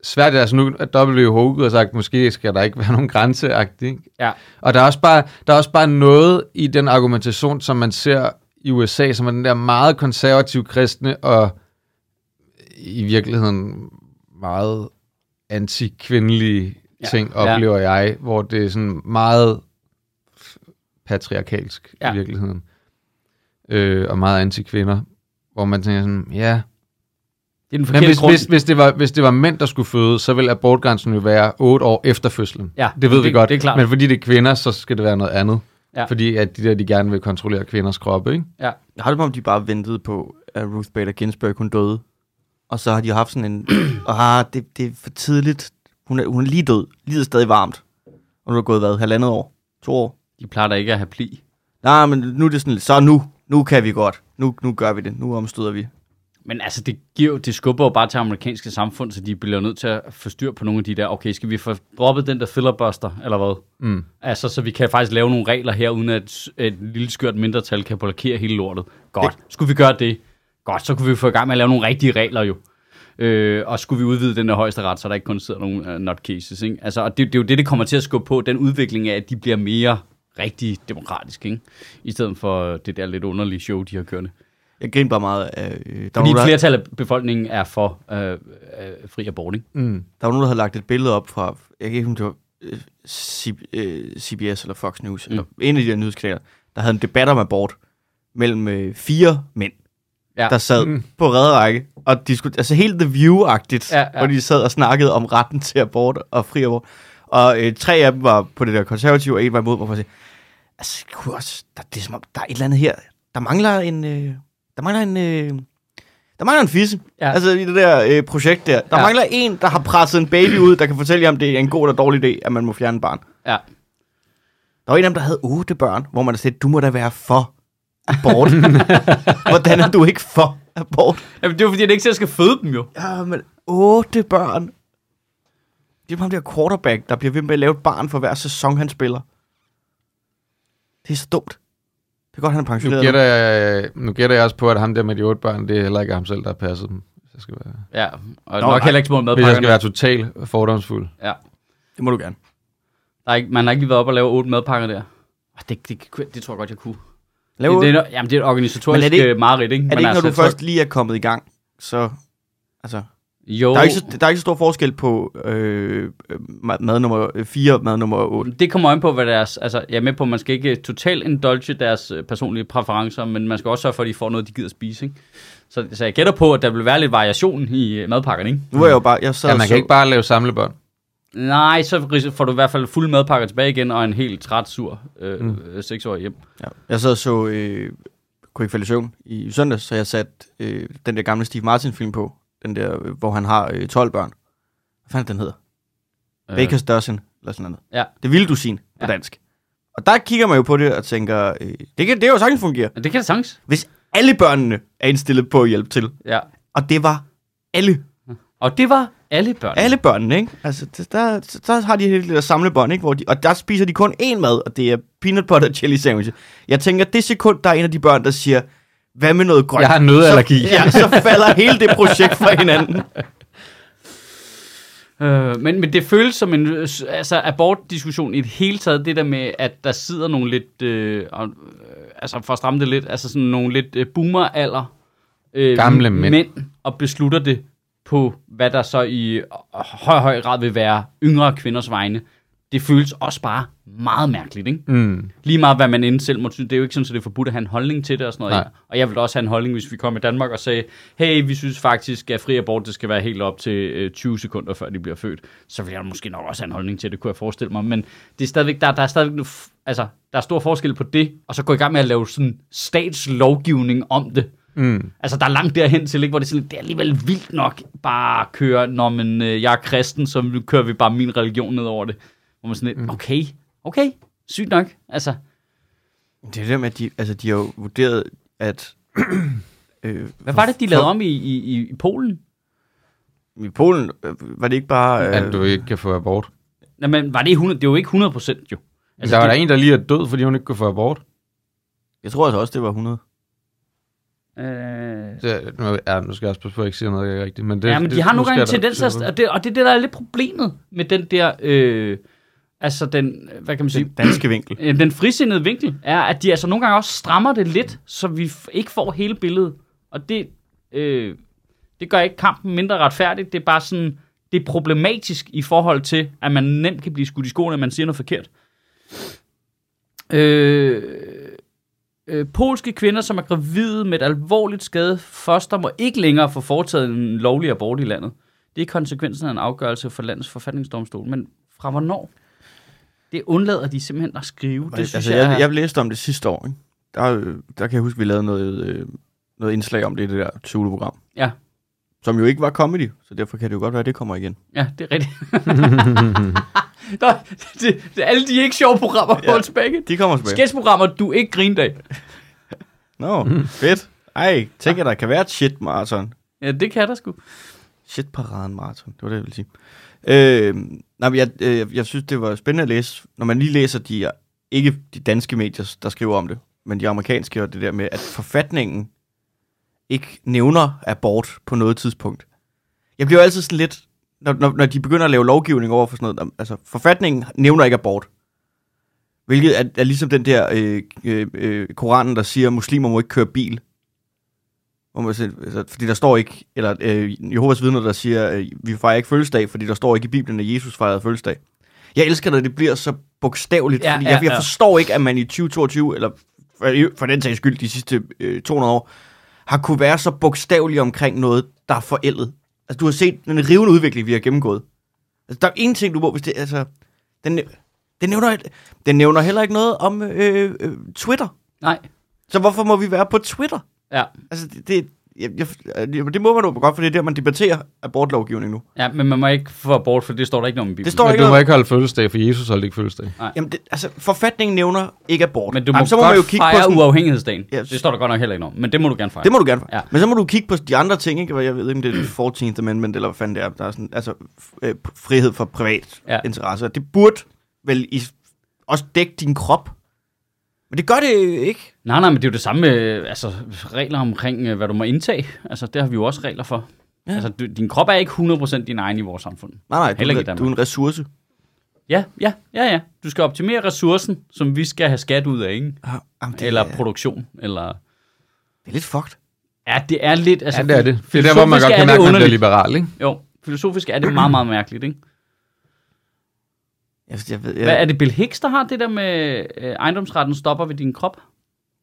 Speaker 1: svært, altså nu er WHO ud og sagt, måske skal der ikke være nogen grænseagtigt. Ikke?
Speaker 2: Ja.
Speaker 1: Og der er, også bare, der er også bare noget i den argumentation, som man ser i USA, som er den der meget konservative kristne, og i virkeligheden meget antikvindelige
Speaker 2: Ja.
Speaker 1: ting,
Speaker 2: Ja.
Speaker 1: oplever jeg, hvor det er sådan meget patriarkalsk
Speaker 2: Ja.
Speaker 1: ja. i virkeligheden. Øh, og meget antikvinder, hvor man tænker sådan, ja,
Speaker 2: Det er den
Speaker 1: men
Speaker 2: forkerte
Speaker 1: hvis,
Speaker 2: grund.
Speaker 1: hvis, hvis, det var, hvis det var mænd, der skulle føde, så ville abortgrænsen jo være 8 år efter fødslen.
Speaker 2: Ja,
Speaker 1: det ved
Speaker 2: det-
Speaker 1: vi godt.
Speaker 2: det er klart.
Speaker 1: Men fordi det er kvinder, så skal det være noget andet.
Speaker 2: Ja.
Speaker 1: Fordi at de der, de gerne vil kontrollere kvinders kroppe, ikke?
Speaker 2: ja.
Speaker 3: Jeg har det som om, de bare ventede på, at Ruth Bader Ginsburg, hun døde. Og så har de haft sådan en, (clears throat) ah, det, det er for tidligt. Hun er, hun er lige død. Livet er stadig varmt. Og nu er det gået, hvad, halvandet år? To år?
Speaker 2: De plejer da ikke at have pli.
Speaker 3: Nej, men nu er det sådan lidt, så nu. Nu kan vi godt. Nu, nu gør vi det. Nu omstøder vi.
Speaker 2: Men altså, det, giver, jo- det skubber jo bare til amerikanske samfund, så de bliver nødt til at få styr på nogle af de der, okay, skal vi få droppet den der filibuster, eller hvad?
Speaker 1: Mm.
Speaker 2: Altså, så vi kan faktisk lave nogle regler her, uden at s- et lille skørt mindretal kan blokere hele lortet. Godt. Skulle vi gøre det? Godt, så kunne vi få i gang med at lave nogle rigtige regler jo. Øh, og skulle vi udvide den der højeste ret, så der ikke kun sidder nogle uh, nutcases, ikke? Altså, og det, det, er jo det, det kommer til at skubbe på, den udvikling af, at de bliver mere rigtig demokratiske, ikke? I stedet for øh, det der lidt underlige show, de har kørende.
Speaker 3: Jeg griner bare meget af... Øh, der, var
Speaker 2: Fordi
Speaker 3: nogen,
Speaker 2: et
Speaker 3: der,
Speaker 2: flertal af befolkningen er for øh, øh, fri abort, ikke?
Speaker 1: Mm.
Speaker 3: der var nogen, der havde lagt et billede op fra... Jeg kan ikke huske, om det var øh, C- øh, CBS eller Fox News. Mm. Eller en af de der nyhedskanaler. Der havde en debat om abort mellem øh, fire mænd.
Speaker 2: Ja.
Speaker 3: der sad mm. på række, og de skulle, altså helt The View-agtigt,
Speaker 2: Ja,
Speaker 3: ja,
Speaker 2: ja.
Speaker 3: ja. hvor de sad og snakkede om retten til abort og fri abort. Og øh, tre af dem var på det der konservative, og en var imod, hvor man siger, altså, kunne også, der, det er som om, der er et eller andet her, der mangler en, øh, der mangler en, øh, der mangler en fisse.
Speaker 2: Ja.
Speaker 3: Ja. Altså i det der øh, projekt der. Der
Speaker 2: Ja.
Speaker 3: ja. mangler en, der har presset en baby ud, der kan fortælle jer, om det er en god eller dårlig idé, at man må fjerne et barn.
Speaker 2: Ja.
Speaker 3: Der var en af dem, der havde otte børn, hvor man sagde, du må da være for (laughs) abort. Hvordan er du ikke for abort?
Speaker 2: Jamen, det er jo fordi, at det ikke selv skal føde dem jo.
Speaker 3: Ja, men otte børn. Det er ham der quarterback, der bliver ved med at lave et barn for hver sæson, han spiller. Det er så dumt. Det er godt, han er
Speaker 1: Nu,
Speaker 3: pensioneret.
Speaker 1: gætter jeg, nu gætter jeg også på, at ham der med de otte børn, det er heller ikke ham selv, der har passet dem. Hvis jeg skal være,
Speaker 2: Ja, og Nå,
Speaker 3: Nå,
Speaker 2: nok
Speaker 3: nej.
Speaker 2: heller ikke små
Speaker 1: hvis jeg skal
Speaker 2: madpakkerne.
Speaker 1: være totalt fordomsfuld.
Speaker 2: Ja.
Speaker 3: nu. Det må du gerne.
Speaker 2: Der er ikke, man har ikke lige været op og lave otte madpakker der. Ah, Det, det, det, det tror jeg godt, jeg kunne.
Speaker 3: Lav
Speaker 2: det, det,
Speaker 3: er,
Speaker 2: er, no- jamen, det er et organisatorisk
Speaker 3: Men er det ikke-
Speaker 2: øh, mareridt, ikke?
Speaker 3: er det
Speaker 2: Men
Speaker 3: ikke, når
Speaker 2: altså,
Speaker 3: du
Speaker 2: jeg tror-
Speaker 3: først lige er kommet i gang, så... Altså,
Speaker 2: Jo,
Speaker 3: der, er ikke så, der er ikke så stor forskel på øh, øh, mad mad nummer 4 og mad nummer 8.
Speaker 2: det kommer an på, hvad deres... Altså, jeg er med på, at man skal ikke totalt indulge deres øh, personlige præferencer, men man skal også sørge for, at de får noget, de gider spise, ikke? Så, så jeg gætter på, at der vil være lidt variation i øh, madpakkerne, ikke?
Speaker 3: Nu er jeg jo bare... Jeg sad
Speaker 1: Ja,
Speaker 3: og
Speaker 1: man
Speaker 3: så,
Speaker 1: kan ikke bare lave samlebånd.
Speaker 2: Nej, så ris- får du i hvert fald fulde madpakker tilbage igen, og en helt træt, sur øh, mm. seksårig hjem.
Speaker 3: Ja. Jeg sad og så, øh, kunne ikke falde i søvn i søndags, så jeg satte øh, den der gamle Steve Martin-film på, den der, øh, hvor han har øh, 12 børn. Hvad fanden er den hedder?
Speaker 2: Øh,
Speaker 3: Baker's Dozen, eller sådan noget.
Speaker 2: Ja.
Speaker 3: Det ville du sige på
Speaker 2: Ja.
Speaker 3: dansk. Og der kigger man jo på det og tænker, øh, det kan det er jo sagtens fungere.
Speaker 2: men det kan det sagtens.
Speaker 3: Hvis alle børnene er indstillet på at hjælpe til,
Speaker 2: Ja.
Speaker 3: og det var alle,
Speaker 2: Og det var alle børn.
Speaker 3: alle børnene, ikke? Altså, det, der, så- der, har de hele det der samlebånd, ikke? Hvor de, og der spiser de kun én mad, og det er peanut butter og chili sandwich. Jeg tænker, det sekund, der er en af de børn, der siger, hvad med noget grønt?
Speaker 1: Jeg har nødallergi.
Speaker 3: Så, ja,
Speaker 1: (laughs)
Speaker 3: så falder hele det projekt fra hinanden.
Speaker 2: Øh, men, men det føles som en øh, s- altså, abortdiskussion i det hele taget, det der med, at der sidder nogle lidt, øh, og, øh, altså for at stramme det lidt, altså sådan nogle lidt øh, boomer-alder øh,
Speaker 1: Gamle mænd.
Speaker 2: mænd, og beslutter det på, hvad der så i øh, høj, høj grad vil være yngre kvinders vegne. Det føles også bare meget mærkeligt, ikke?
Speaker 1: Mm.
Speaker 2: Lige meget, hvad man end selv må synes. Det er jo ikke sådan, at det er forbudt at have en holdning til det og sådan noget.
Speaker 1: Nej.
Speaker 2: Og jeg ville også have en holdning, hvis vi kom i Danmark og sagde, hey, vi synes faktisk, at fri abort, det skal være helt op til øh, 20 sekunder, før de bliver født. Så ville jeg måske nok også have en holdning til det, kunne jeg forestille mig. Men det er stadigvæk, der, der er stadigvæk noget f- altså, der er stor forskel på det, og så gå i gang med at lave sådan statslovgivning om det.
Speaker 1: Mm.
Speaker 2: Altså, der er langt derhen til, ikke, hvor det er, sådan, det er alligevel vildt nok bare at køre, når man, øh, jeg er kristen, så nu kører vi bare min religion ned over det. Hvor man sådan
Speaker 1: Mm.
Speaker 2: lidt, okay, okay, sygt nok. Altså,
Speaker 3: Det er det med, at de, altså, de har jo vurderet, at... (clears throat) Øh,
Speaker 2: Hvad var det, de lavede om i, i, i- i Polen?
Speaker 3: I Polen øh, var det ikke bare... Øh,
Speaker 1: At du ikke kan få abort.
Speaker 2: Altså, Nej, men var det, 100, det var jo ikke 100 procent, jo.
Speaker 1: Altså, der var
Speaker 2: det,
Speaker 1: der en, der lige er død, fordi hun ikke kunne få abort.
Speaker 3: Jeg tror altså også, det var 100.
Speaker 2: Øh,
Speaker 1: Det, nu, ja, nu skal jeg også passe på, at jeg ikke siger noget, jeg ikke er rigtigt. Men det,
Speaker 2: ja, men
Speaker 1: det,
Speaker 2: de har nogle
Speaker 1: nu
Speaker 2: gange en
Speaker 1: skal jeg da-
Speaker 2: tendens, til at- og det, og det er det, der er lidt problemet med den der, øh, altså den, hvad kan man sige,
Speaker 3: Den danske vinkel.
Speaker 2: Øh, den frisindede vinkel er, at de altså nogle gange også strammer det lidt, så vi f- ikke får hele billedet. Og det, øh, det gør ikke kampen mindre retfærdigt. Det er bare sådan, det er problematisk i forhold til, at man nemt kan blive skudt i skoene, at man siger noget forkert. Øh, øh, polske kvinder, som er gravide med et alvorligt skade foster, må ikke længere få foretaget en lovlig abort i landet. Det er konsekvensen af en afgørelse for landets forfatningsdomstol. Men fra hvornår? Det undlader de simpelthen at skrive. Det, det synes
Speaker 3: altså,
Speaker 2: jeg,
Speaker 3: jeg,
Speaker 2: er-
Speaker 3: jeg læste om det sidste år. Ikke? Der, øh, der kan jeg huske, vi lavede noget, øh, noget indslag om det, i det der Zulu-program.
Speaker 2: Ja.
Speaker 3: Som jo ikke var comedy, så derfor kan det jo godt være, at det kommer igen.
Speaker 2: Ja, det er rigtigt. (laughs)
Speaker 1: (laughs)
Speaker 2: Nå, det, det, alle de ikke sjove programmer ja. holdes tilbage.
Speaker 3: De kommer tilbage.
Speaker 2: Sketchprogrammer, du ikke grindag.
Speaker 3: Nå, fedt. Ej, tænk at der kan være et shit-marathon.
Speaker 2: Ja, det kan der sgu.
Speaker 3: Shit-paraden marathon, det var det, jeg ville sige. Øh, nej, men jeg, øh, jeg synes, det var spændende at læse, når man lige læser de, ikke de danske medier, der skriver om det, men de amerikanske, og det der med, at forfatningen ikke nævner abort på noget tidspunkt. Jeg bliver jo altid sådan lidt, når, når, når de begynder at lave lovgivning over for sådan noget, altså forfatningen nævner ikke abort. Hvilket er, er ligesom den der øh, øh, øh, koranen, der siger, at muslimer må ikke køre bil. Hvor man siger, altså, fordi der står ikke, eller øh, Jehovas vidner, der siger, øh, vi fejrer ikke fødselsdag, fordi der står ikke i Bibelen, at Jesus fejrede fødselsdag. Jeg elsker, når det bliver så bogstaveligt, ja, fordi ja, jeg, jeg ja. forstår ikke, at man i 2022, eller for, for den sags skyld de sidste øh, 200 år, har kunne være så bogstavelig omkring noget, der er forældet. Altså, du har set den rivende udvikling, vi har gennemgået. Altså, der er ingenting, du må, hvis det, altså, den, den nævner, den nævner heller ikke noget om øh, øh, Twitter.
Speaker 2: Nej.
Speaker 3: Så hvorfor må vi være på Twitter?
Speaker 2: Ja.
Speaker 3: Altså, det, det, jeg, jeg, jeg- det må man jo godt, for det er der, man debatterer abortlovgivning nu.
Speaker 2: ja, men man må ikke få abort, for det står der ikke noget om i Bibelen.
Speaker 3: Det står
Speaker 1: Men
Speaker 3: ikke
Speaker 1: du må
Speaker 3: noget.
Speaker 1: ikke holde fødselsdag, for Jesus holdt ikke fødselsdag.
Speaker 3: Jamen, det, altså, forfatningen nævner ikke abort.
Speaker 2: Men du må,
Speaker 3: Jamen,
Speaker 2: så må godt man jo kigge fejre på
Speaker 3: sådan-
Speaker 2: uafhængighedsdagen.
Speaker 3: Ja.
Speaker 2: Det står der godt nok heller ikke noget om, men det må du gerne fejre.
Speaker 3: Det må du gerne.
Speaker 2: Ja.
Speaker 3: Ja. Men så må du kigge på de andre ting, ikke? Hvad Jeg ved ikke, om det er 14th Amendment, eller hvad fanden det er. Der er sådan, altså, f- øh, frihed for privat
Speaker 2: Ja.
Speaker 3: ja. interesser. Det burde vel i, også dække din krop. Men det gør det ikke.
Speaker 2: Nej, nej, men det er jo det samme med øh, altså, regler omkring, øh, hvad du må indtage. Altså, det har vi jo også regler for. Ja.
Speaker 3: Ja.
Speaker 2: Altså, du, din krop er ikke 100% din egen i vores samfund.
Speaker 3: Nej, nej, du,
Speaker 2: Heller ikke
Speaker 3: er
Speaker 2: i
Speaker 3: en-
Speaker 2: Danmark.
Speaker 3: du er en ressource.
Speaker 2: Ja, ja, ja, ja. Du skal optimere ressourcen, som vi skal have skat ud af, ikke?
Speaker 3: Ah, Jamen, det,
Speaker 2: Eller
Speaker 3: er,
Speaker 2: produktion, eller...
Speaker 3: det er lidt fucked.
Speaker 2: Ja, det er lidt... Altså,
Speaker 1: Ja, det er det. Det er der, hvor man
Speaker 2: filosofisk
Speaker 1: godt
Speaker 2: er
Speaker 1: kan
Speaker 2: det
Speaker 1: mærke, at man bliver
Speaker 2: underligt.
Speaker 1: liberal, ikke?
Speaker 2: Jo, filosofisk er det meget, meget mærkeligt, ikke?
Speaker 3: Jeg, jeg ved, jeg,
Speaker 2: Hvad er det Bill Hicks, der har det der med øh, ejendomsretten stopper ved din krop?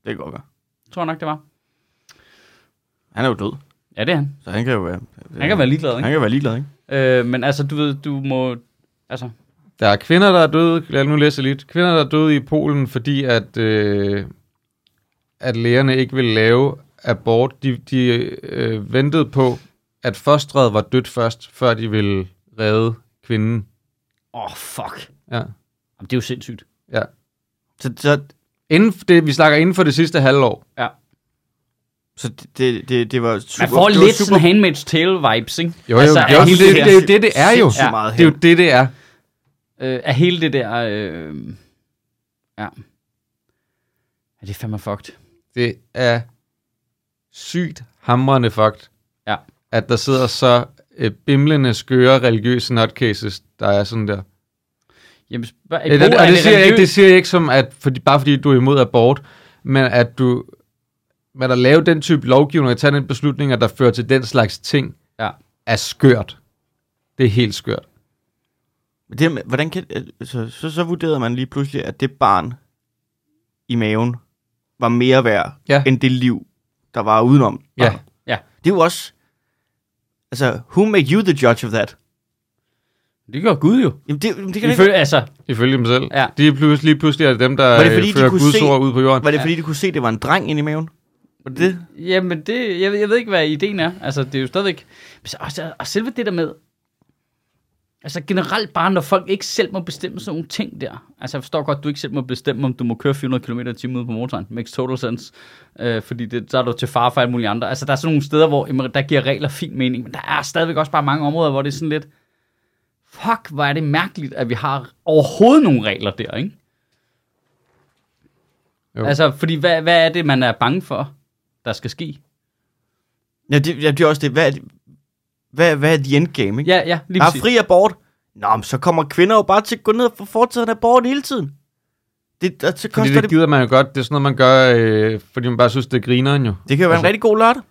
Speaker 3: Det kan godt være.
Speaker 2: Tror jeg nok, det var.
Speaker 3: Han er jo død,
Speaker 2: Ja, det er han.
Speaker 3: så han kan jo være...
Speaker 2: Han kan være ligeglad, ikke?
Speaker 3: Han kan være ligeglad, ikke?
Speaker 2: Øh, men altså, du ved, du må... Altså,
Speaker 1: Der er kvinder, der er døde, lad nu læse lidt, kvinder, der er døde i Polen, fordi at, øh, at lægerne ikke ville lave abort. De, de øh, ventede på, at fostret var dødt først, før de ville redde kvinden.
Speaker 2: åh, oh, fuck.
Speaker 1: Ja,
Speaker 2: Jamen, det er jo sindssygt.
Speaker 1: ja.
Speaker 3: Så, så,
Speaker 1: Inden for det, vi snakker inden for det sidste halvår.
Speaker 3: så det, det, det, det var super...
Speaker 2: Man får
Speaker 3: det var
Speaker 2: lidt sådan Handmaid's Tale-vibes, ikke?
Speaker 1: Jo, jo,
Speaker 2: altså,
Speaker 1: jo,
Speaker 2: af
Speaker 1: men
Speaker 2: hele
Speaker 1: det,
Speaker 2: det
Speaker 1: det, er jo det, det er jo.
Speaker 3: sindssygt
Speaker 2: Ja.
Speaker 3: meget
Speaker 1: Det er jo det, det er.
Speaker 2: øh, af hele det der... Øh, ja. Ja, det er fandme fucked.
Speaker 1: Det er sygt hamrende fucked,
Speaker 2: Ja.
Speaker 1: at der sidder så øh, bimlende, skøre, religiøse nutcases, der er sådan der.
Speaker 2: Jamen, spørg,
Speaker 1: Ja, det, og det, siger jeg ikke, det siger jeg ikke som, at fordi, bare fordi du er imod abort, men at du men at lave den type lovgivning og tage den beslutninger, der fører til den slags ting,
Speaker 2: Ja.
Speaker 1: er skørt. Det er helt skørt.
Speaker 3: Det, med- hvordan kan, så, så, så vurderede man lige pludselig, at det barn i maven var mere værd,
Speaker 1: Ja.
Speaker 3: ja. end det liv, der var udenom.
Speaker 1: Ja.
Speaker 3: Det er jo også... Altså, who made you the judge of that?
Speaker 2: Det gør Gud jo.
Speaker 3: Jamen, det, jamen, det kan ikke...
Speaker 2: Ifølge, altså,
Speaker 1: Ifølge dem selv.
Speaker 2: Ja.
Speaker 1: De er pludselig, lige pludselig er det dem, der
Speaker 3: Var det
Speaker 1: øh,
Speaker 3: fordi, de
Speaker 1: fører
Speaker 3: kunne
Speaker 1: Guds
Speaker 3: se-
Speaker 1: ord ud på jorden.
Speaker 3: Var det, fordi de kunne se, at det var en dreng inde i maven? Var det det?
Speaker 2: Jamen, det, jeg, ved- jeg ved ikke, hvad ideen er. Altså, det er jo stadigvæk... Og, så- og selve det der med... Altså generelt bare, når folk ikke selv må bestemme sådan nogle ting der. Altså jeg forstår godt, du ikke selv må bestemme, om du må køre 400 km i timen ude på motorvejen. Makes total sense. Øh, fordi det, så er du til far for alle mulige andre. Altså der er sådan nogle steder, hvor jamen, der giver regler fin mening. Men der er stadigvæk også bare mange områder, hvor det er sådan lidt... Fuck, hvor er det mærkeligt, at vi har overhovedet nogle regler der, ikke?
Speaker 1: Jo.
Speaker 2: Jo. Altså, fordi hvad, hvad er det, man er bange for, der skal ske?
Speaker 3: Ja, det, ja, det er også det. Hvad er, det, hvad, hvad er the endgame, ikke?
Speaker 2: Ja, ja, lige
Speaker 3: der er
Speaker 2: præcis.
Speaker 3: fri abort. Nå, men så kommer kvinder jo bare til at gå ned og få foretaget en abort hele tiden. Det, der, så
Speaker 1: Fordi
Speaker 3: koster
Speaker 1: det
Speaker 3: det, det,
Speaker 1: gider man jo godt. Det er sådan noget, man gør, øh, fordi man bare synes, det griner jo.
Speaker 3: det kan jo være en
Speaker 1: altså-
Speaker 3: rigtig god lørdag.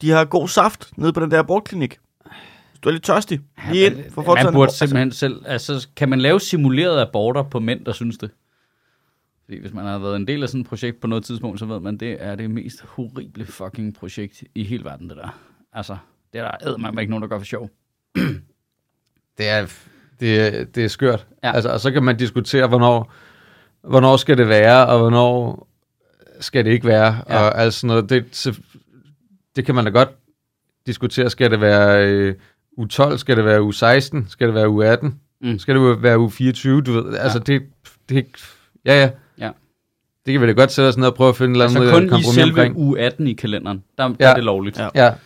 Speaker 3: De har god saft nede på den der abortklinik. Hvis du er lidt tørstig, lige ind for foretaget
Speaker 2: Man
Speaker 3: en
Speaker 2: burde
Speaker 3: abort.
Speaker 2: simpelthen selv... Altså, kan man lave simulerede aborter på mænd, der synes det? Fordi hvis man har været en del af sådan et projekt på noget tidspunkt, så ved man, det er det mest horrible fucking projekt i hele verden, det der. Altså, det er der æd, man ikke nogen, der gør for sjov.
Speaker 1: Det er, det, er- det er skørt.
Speaker 2: Ja.
Speaker 1: Ja. Altså, og så kan man diskutere, hvornår, hvornår skal det være, og hvornår skal det ikke være,
Speaker 2: Ja.
Speaker 1: ja. og alt sådan noget. Det, så- det kan man da godt diskutere. Skal det være øh, u 12, skal det være u 16, skal det være u 18,
Speaker 2: Mm.
Speaker 1: mm. skal det være u 24, du ved. Altså, ja. det, det, ja, ja.
Speaker 2: Ja.
Speaker 1: Det kan vi da godt sætte os ned og prøve at finde et eller
Speaker 2: Altså
Speaker 1: andet
Speaker 2: kun i
Speaker 1: kompromis
Speaker 2: selve
Speaker 1: omkring.
Speaker 2: u 18 i kalenderen, der, der
Speaker 1: Ja.
Speaker 2: er det lovligt. (laughs)
Speaker 3: Ja.
Speaker 1: Ja,
Speaker 3: Altså,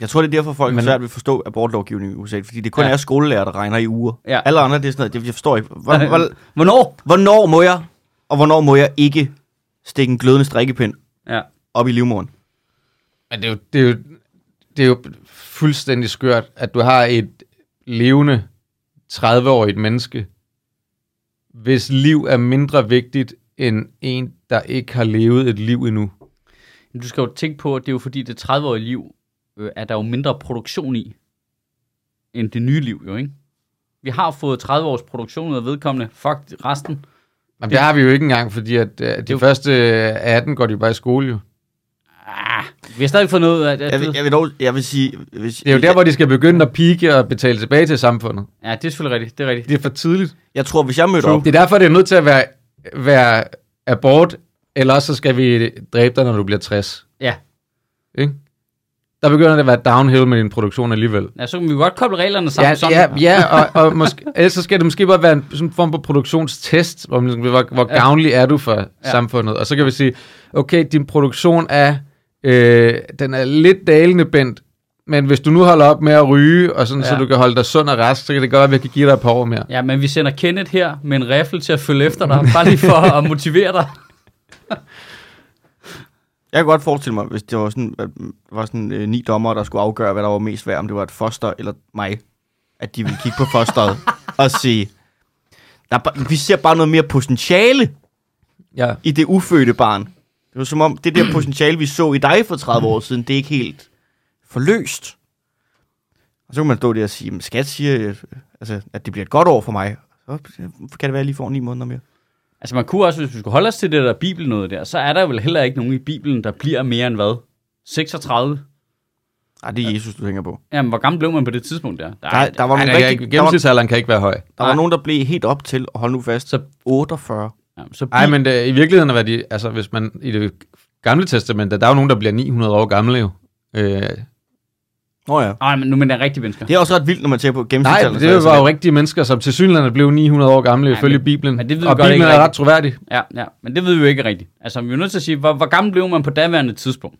Speaker 3: Jeg tror, det er derfor, folk men...
Speaker 1: Men-
Speaker 3: svært vil forstå abortlovgivningen i USA, fordi det kun
Speaker 2: Ja.
Speaker 3: ja. er skolelærer, der regner i uger.
Speaker 2: Ja.
Speaker 3: Alle andre, det er sådan noget, jeg- jeg forstår ikke. Hvor, hvor,
Speaker 2: Hvornår?
Speaker 3: hvornår må jeg, og hvornår må jeg ikke stikke en glødende strikkepind
Speaker 2: Ja.
Speaker 3: op i livmoderen?
Speaker 1: Men det er, jo, det, er jo, det er jo fuldstændig skørt, at du har et levende 30-årigt menneske, hvis liv er mindre vigtigt end en, der ikke har levet et liv endnu.
Speaker 2: Men Du skal jo tænke på, at det er jo fordi, det 30-årige liv øh, er der jo mindre produktion i, end det nye liv jo, ikke? Vi har fået 30 års produktion ud af vedkommende. Fuck resten.
Speaker 1: Men det har vi jo ikke engang, fordi at, at de
Speaker 2: Jo.
Speaker 1: første øh, 18 går de bare i skole jo.
Speaker 2: Ah, vi har stadig ikke fået noget ud af det.
Speaker 3: Jeg vil, jeg vil, dog, jeg vil sige... Hvis,
Speaker 1: Det er jo der, hvor de skal begynde at pike og betale tilbage til samfundet.
Speaker 2: Ja, det er selvfølgelig rigtigt. Det er rigtigt.
Speaker 1: Det er for tidligt.
Speaker 3: Jeg tror, hvis jeg mødte op...
Speaker 1: Det er derfor, det er nødt til at være, være abort, eller også så skal vi dræbe dig, når du bliver 60.
Speaker 2: Ja.
Speaker 1: Ikke? Der begynder det at være downhill med din produktion alligevel.
Speaker 2: ja, så kan vi godt koble reglerne sammen.
Speaker 1: Ja,
Speaker 2: sådan.
Speaker 1: ja, (laughs) ja, og, og måske, ellers så skal det måske bare være en sådan en form for produktionstest, hvor, man- ligesom hvor, hvor
Speaker 2: Ja.
Speaker 1: gavnlig er du for ja. samfundet. Og så kan vi sige, okay, din produktion er, øh, den er lidt dalende bent, men hvis du nu holder op med at ryge, og sådan, ja.
Speaker 2: Ja.
Speaker 1: så du kan holde dig sund og rask, så kan det godt være, at vi kan give dig et par år mere.
Speaker 2: ja, men vi sender Kenneth her med en riffel til at følge efter dig. Bare lige for at motivere dig.
Speaker 3: Jeg kan godt forestille mig, hvis det var sådan, at der var sådan øh, ni dommer, der skulle afgøre, hvad der var mest værd, om det var et foster eller mig, at de ville kigge på fosteret og sige, der er, ba- vi ser bare noget mere potentiale
Speaker 1: Ja.
Speaker 3: i det ufødte barn. Det var som om, det der potentiale, vi så i dig for 30 år siden, det er ikke helt forløst. Og så kan man stå der og sige, men skat siger, øh, altså, at det bliver et godt år for mig. Så kan det være, at jeg lige får ni måneder mere.
Speaker 2: Altså man kunne også, hvis vi skulle holde os til det der bibel noget der, så er der vel heller ikke nogen i Bibelen, der bliver mere end hvad? 36?
Speaker 3: Nej, det er Jesus, du tænker på.
Speaker 2: Jamen, hvor gammel blev man på det tidspunkt der? Der,
Speaker 3: Der, der, var,
Speaker 1: Ej,
Speaker 3: nogle
Speaker 1: der kan
Speaker 3: rigtig,
Speaker 1: ikke,
Speaker 3: der, var,
Speaker 1: gennemsnitsalderen kan ikke være høj.
Speaker 3: der var nogen, der blev helt op til, og hold nu fast,
Speaker 2: Så-
Speaker 3: så 48.
Speaker 2: Jamen, så
Speaker 1: Nej, men det, i virkeligheden er de, altså hvis man i det gamle testament, der er jo nogen, der bliver 900 år gamle jo. Øh,
Speaker 3: Nå ja.
Speaker 2: Nej, men nu mener jeg rigtige mennesker.
Speaker 3: Det er også ret vildt, når man tænker på
Speaker 1: Nej,
Speaker 3: gennemsnitsalderen.
Speaker 1: det
Speaker 3: så er
Speaker 1: var jo rigtige mennesker, som til synligheden blev 900 år gamle
Speaker 2: Ja,
Speaker 1: ifølge
Speaker 2: men-
Speaker 1: Bibelen.
Speaker 2: men det ved vi
Speaker 1: og
Speaker 2: godt
Speaker 1: Bibelen
Speaker 2: ikke
Speaker 1: er ret
Speaker 2: rigtigt.
Speaker 1: troværdig.
Speaker 2: Ja, ja, men det ved vi jo ikke rigtigt. Altså, vi er nødt til at sige, hvor, hvor gammel blev man på daværende tidspunkt?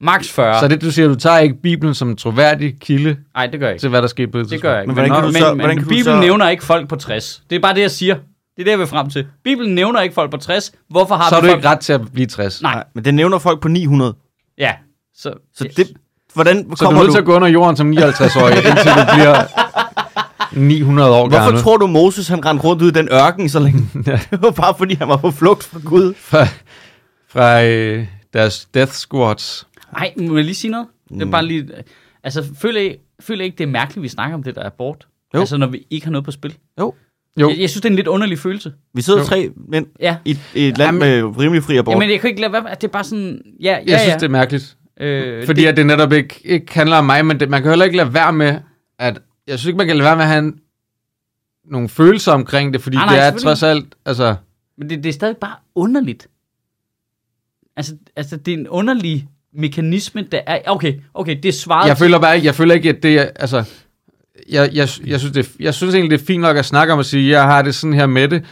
Speaker 2: Max 40.
Speaker 1: Ja. Så det, du siger, du tager ikke Bibelen som en troværdig kilde
Speaker 2: Nej, det gør jeg ikke.
Speaker 1: til, hvad der skete på det
Speaker 2: Det gør jeg
Speaker 1: tidspunkt.
Speaker 2: ikke.
Speaker 3: Men hvordan kan
Speaker 2: men,
Speaker 3: du så-
Speaker 2: men,
Speaker 3: hvordan
Speaker 2: men
Speaker 3: kan du
Speaker 2: Bibelen
Speaker 3: så-
Speaker 2: nævner ikke folk på 60. Det er bare det, jeg siger. Det er det, jeg vil frem til. Bibelen nævner ikke folk på 60. Hvorfor har
Speaker 1: Så har
Speaker 2: vi
Speaker 1: du
Speaker 2: folk...
Speaker 1: ikke ret til at blive 60.
Speaker 2: Nej.
Speaker 3: Nej, men den nævner folk på 900.
Speaker 2: Ja. Så,
Speaker 3: Så det, hvordan
Speaker 1: Så du er
Speaker 3: kommer
Speaker 1: nødt
Speaker 3: du...
Speaker 1: til at gå under jorden som
Speaker 3: (laughs)
Speaker 1: 59-årig, indtil du bliver 900 år
Speaker 3: Hvorfor
Speaker 1: gammel.
Speaker 3: tror du, Moses han rendte rundt ud i den ørken så
Speaker 1: (laughs)
Speaker 3: længe? det var bare, fordi han var på flugt fra Gud.
Speaker 1: Fra, fra øh, deres death squads.
Speaker 2: Ej, må jeg lige sige noget? Det
Speaker 3: Mm.
Speaker 2: er bare lige... Altså, føler I, føler I ikke, det er mærkeligt, vi snakker om det, der er abort?
Speaker 3: Jo.
Speaker 2: Altså, når vi ikke har noget på spil.
Speaker 1: Jo,
Speaker 2: Jeg, jeg synes, det er en lidt underlig følelse.
Speaker 3: Vi sidder
Speaker 1: Jo.
Speaker 3: tre mænd
Speaker 2: Ja.
Speaker 3: i, i et land med rimelig fri abort.
Speaker 2: Jamen, jeg kan ikke lade være med, at det er bare sådan... Ja, ja,
Speaker 1: jeg synes,
Speaker 2: ja.
Speaker 1: det er mærkeligt.
Speaker 2: Øh,
Speaker 1: Fordi det... at det netop ikke, ikke handler om mig, men det, man kan heller ikke lade være med, at jeg synes ikke, man kan lade være med at have en, nogle følelser omkring det, fordi
Speaker 2: Nej,
Speaker 1: nej,
Speaker 2: nej,
Speaker 1: nej, det er
Speaker 2: selvfølgelig.
Speaker 1: trods alt, altså,
Speaker 2: Men det, det er stadig bare underligt. Altså, altså, det er en underlig mekanisme, der er... Okay, okay, det er svaret...
Speaker 1: jeg føler bare ikke, jeg føler ikke, at det er, altså, jeg, jeg, jeg, synes, det, er- jeg synes egentlig, det er fint nok at snakke om at sige, jeg har det sådan her med det,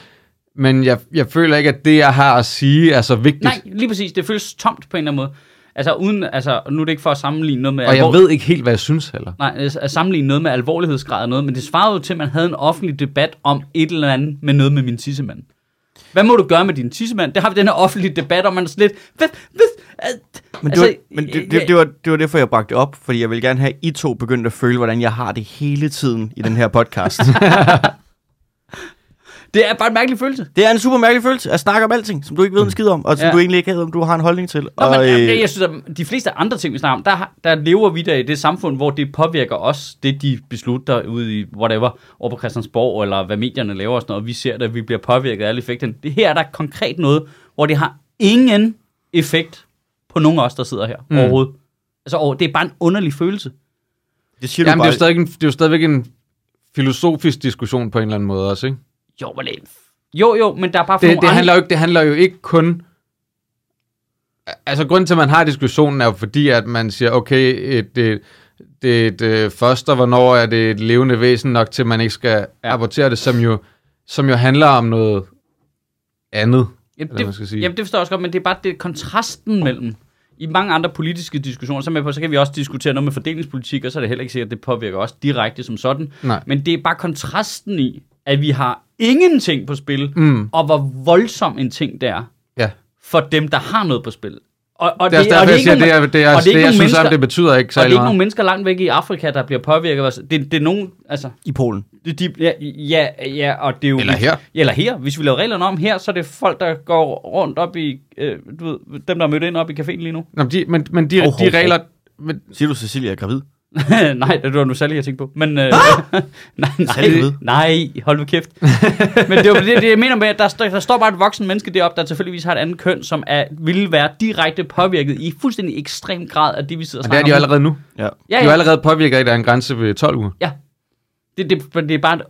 Speaker 1: men jeg, jeg føler ikke, at det, jeg har at sige, er så vigtigt.
Speaker 2: Nej, lige præcis. Det føles tomt på en eller anden måde. Altså, uden, altså nu er det ikke for at sammenligne noget med...
Speaker 1: Og jeg
Speaker 2: alvor-
Speaker 1: ved ikke helt, hvad jeg synes heller.
Speaker 2: Nej, altså, at sammenligne noget med alvorlighedsgrad og noget, men det svarede jo til, at man havde en offentlig debat om et eller andet med noget med min tissemand. Hvad må du gøre med din tissemand? Det har vi den her offentlige debat om, man er sådan lidt... Hvad, hvad, øh,
Speaker 3: Men, altså, det, var, men det, det, det, var, det var derfor, jeg bragte det op, fordi jeg vil gerne have, at I to begyndte at føle, hvordan jeg har det hele tiden i den her
Speaker 1: (laughs)
Speaker 3: podcast.
Speaker 2: det er bare en mærkelig følelse.
Speaker 3: det er en super mærkelig følelse at snakke om alting, som du ikke ved en
Speaker 1: Mm.
Speaker 3: skid om, og som
Speaker 2: Ja.
Speaker 3: ja. du egentlig ikke ved, om du har en holdning til.
Speaker 2: Nå, men,
Speaker 3: og,
Speaker 2: øh, jeg, jeg synes, at de fleste andre ting, vi snakker om, der, har- der lever vi der i det samfund, hvor det påvirker os, det de beslutter ude i whatever, over på Christiansborg, eller hvad medierne laver og sådan noget, vi ser det, vi bliver påvirket af alle effekterne. Det her er der konkret noget, hvor det har ingen effekt på nogen af os, der sidder her mm. overhovedet. Altså, og det er bare en underlig følelse.
Speaker 3: det siger
Speaker 1: Jamen,
Speaker 3: du
Speaker 1: det er,
Speaker 3: bare.
Speaker 1: jo stadig en, det er jo stadigvæk en filosofisk diskussion på en eller anden måde også, ikke?
Speaker 2: Jo, men det- jo, jo, men der er bare for
Speaker 1: Det,
Speaker 2: nogle
Speaker 1: det,
Speaker 2: andre-
Speaker 1: handler jo ikke, det handler jo ikke kun... Altså, grunden til, at man har diskussionen, er jo fordi, at man siger, okay, et, det, det er et øh, foster, hvornår er det et levende væsen nok til, at man ikke skal ja. abortere det, som jo, som jo handler om noget andet.
Speaker 2: Jamen,
Speaker 1: Eller
Speaker 2: det,
Speaker 1: hvad man skal sige.
Speaker 2: jamen, det forstår jeg også godt, men det er bare det er kontrasten mellem i mange andre politiske diskussioner, så, er jeg med på, så kan vi også diskutere noget med fordelingspolitik, og så er det heller ikke sikkert, at det påvirker os direkte som sådan.
Speaker 1: Nej.
Speaker 2: Men det er bare kontrasten i, at vi har ingenting på spil,
Speaker 1: Mm.
Speaker 2: og hvor voldsom en ting det er
Speaker 1: Ja.
Speaker 2: for dem, der har noget på spil. Og, og
Speaker 1: Det er også derfor, jeg
Speaker 2: ikke
Speaker 1: siger, det
Speaker 2: nogen-
Speaker 1: er, det er,
Speaker 2: og
Speaker 1: det,
Speaker 2: ikke
Speaker 1: jeg
Speaker 2: nogen
Speaker 1: synes om,
Speaker 2: mennesker-
Speaker 1: det betyder ikke
Speaker 2: og det er
Speaker 1: særlig
Speaker 2: ikke nogen
Speaker 1: meget.
Speaker 2: mennesker langt væk i Afrika, der bliver påvirket. af os. Det, det er nogen, altså,
Speaker 3: I Polen.
Speaker 2: det, de, ja, ja, ja, og det er jo...
Speaker 1: Eller her.
Speaker 2: Eller her. Hvis vi laver reglerne om her, så er det folk, der går rundt op i... Øh, du ved, dem, der er mødt ind op i caféen lige nu. (laughs)
Speaker 1: Nå, men de, men, men de,
Speaker 3: Hov, hov,
Speaker 1: de
Speaker 3: hov.
Speaker 1: regler... Men,
Speaker 3: Siger du, Cecilia er gravid?
Speaker 2: nej, det var nu særlig, jeg tænkte på. Men,
Speaker 1: Ah!
Speaker 2: øh, (laughs) nej,
Speaker 3: Sally
Speaker 2: nej,
Speaker 3: ved.
Speaker 2: nej, hold nu
Speaker 1: (laughs)
Speaker 2: kæft. Men det er jo det, det, jeg mener med, at der, står- der står bare et voksen menneske deroppe, der tilfældigvis har et andet køn, som er, ville være direkte påvirket i fuldstændig ekstrem grad af det, vi sidder og
Speaker 1: og det er
Speaker 2: snakker
Speaker 1: de jo
Speaker 2: om.
Speaker 1: allerede nu.
Speaker 3: Ja.
Speaker 1: De er jo allerede påvirket af, at der er en grænse ved 12 uger.
Speaker 2: Ja. Det, det, det, er bare, det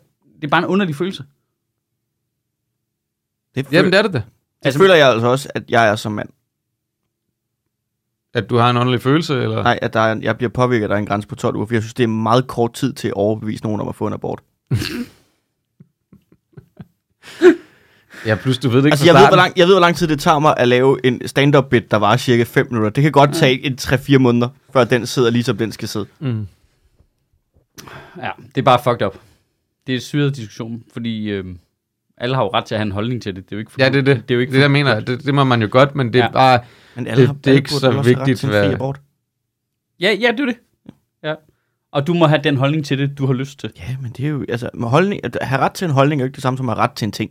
Speaker 2: er bare en underlig følelse.
Speaker 3: Det, føl-
Speaker 1: Jamen,
Speaker 3: Jamen, det,
Speaker 1: det er det da.
Speaker 3: det altså, føler jeg altså også, at jeg er som mand.
Speaker 1: At du har en åndelig følelse, eller...
Speaker 3: Nej, at der er, en- jeg bliver påvirket, at der er en grænse på 12 uger, for jeg synes, det er meget kort tid til at overbevise nogen om at få en abort.
Speaker 1: Ja, plus du ved det ikke
Speaker 3: Altså,
Speaker 1: fra
Speaker 3: jeg ved, hvor
Speaker 1: starten.
Speaker 3: lang, jeg ved, hvor lang tid det tager mig at lave en stand-up bit, der var cirka 5 minutter. Det kan godt tage en 3-4 måneder, før den sidder lige som den skal sidde.
Speaker 1: Mm.
Speaker 2: Ja, det er bare fucked up. Det er en syret diskussion, fordi øh, alle har jo ret til at have en holdning til det. Det er jo ikke
Speaker 1: Ja, det er det.
Speaker 2: Det er jo ikke
Speaker 1: det, der mener, jeg. det, det må man jo godt, men det er
Speaker 2: Ja.
Speaker 1: ja. bare...
Speaker 3: Men
Speaker 1: Det- det er
Speaker 3: alle
Speaker 1: ikke
Speaker 3: burde
Speaker 1: så
Speaker 3: vel også have ret
Speaker 1: vigtigt,
Speaker 3: til en fri
Speaker 1: hvad-
Speaker 3: abort.
Speaker 2: Ja, ja, det er jo det. Ja. Og du må have den holdning til det, du har lyst til.
Speaker 3: Ja, men det er jo... Altså, med holdning, at have ret til en holdning er jo ikke det samme som at have ret til en ting.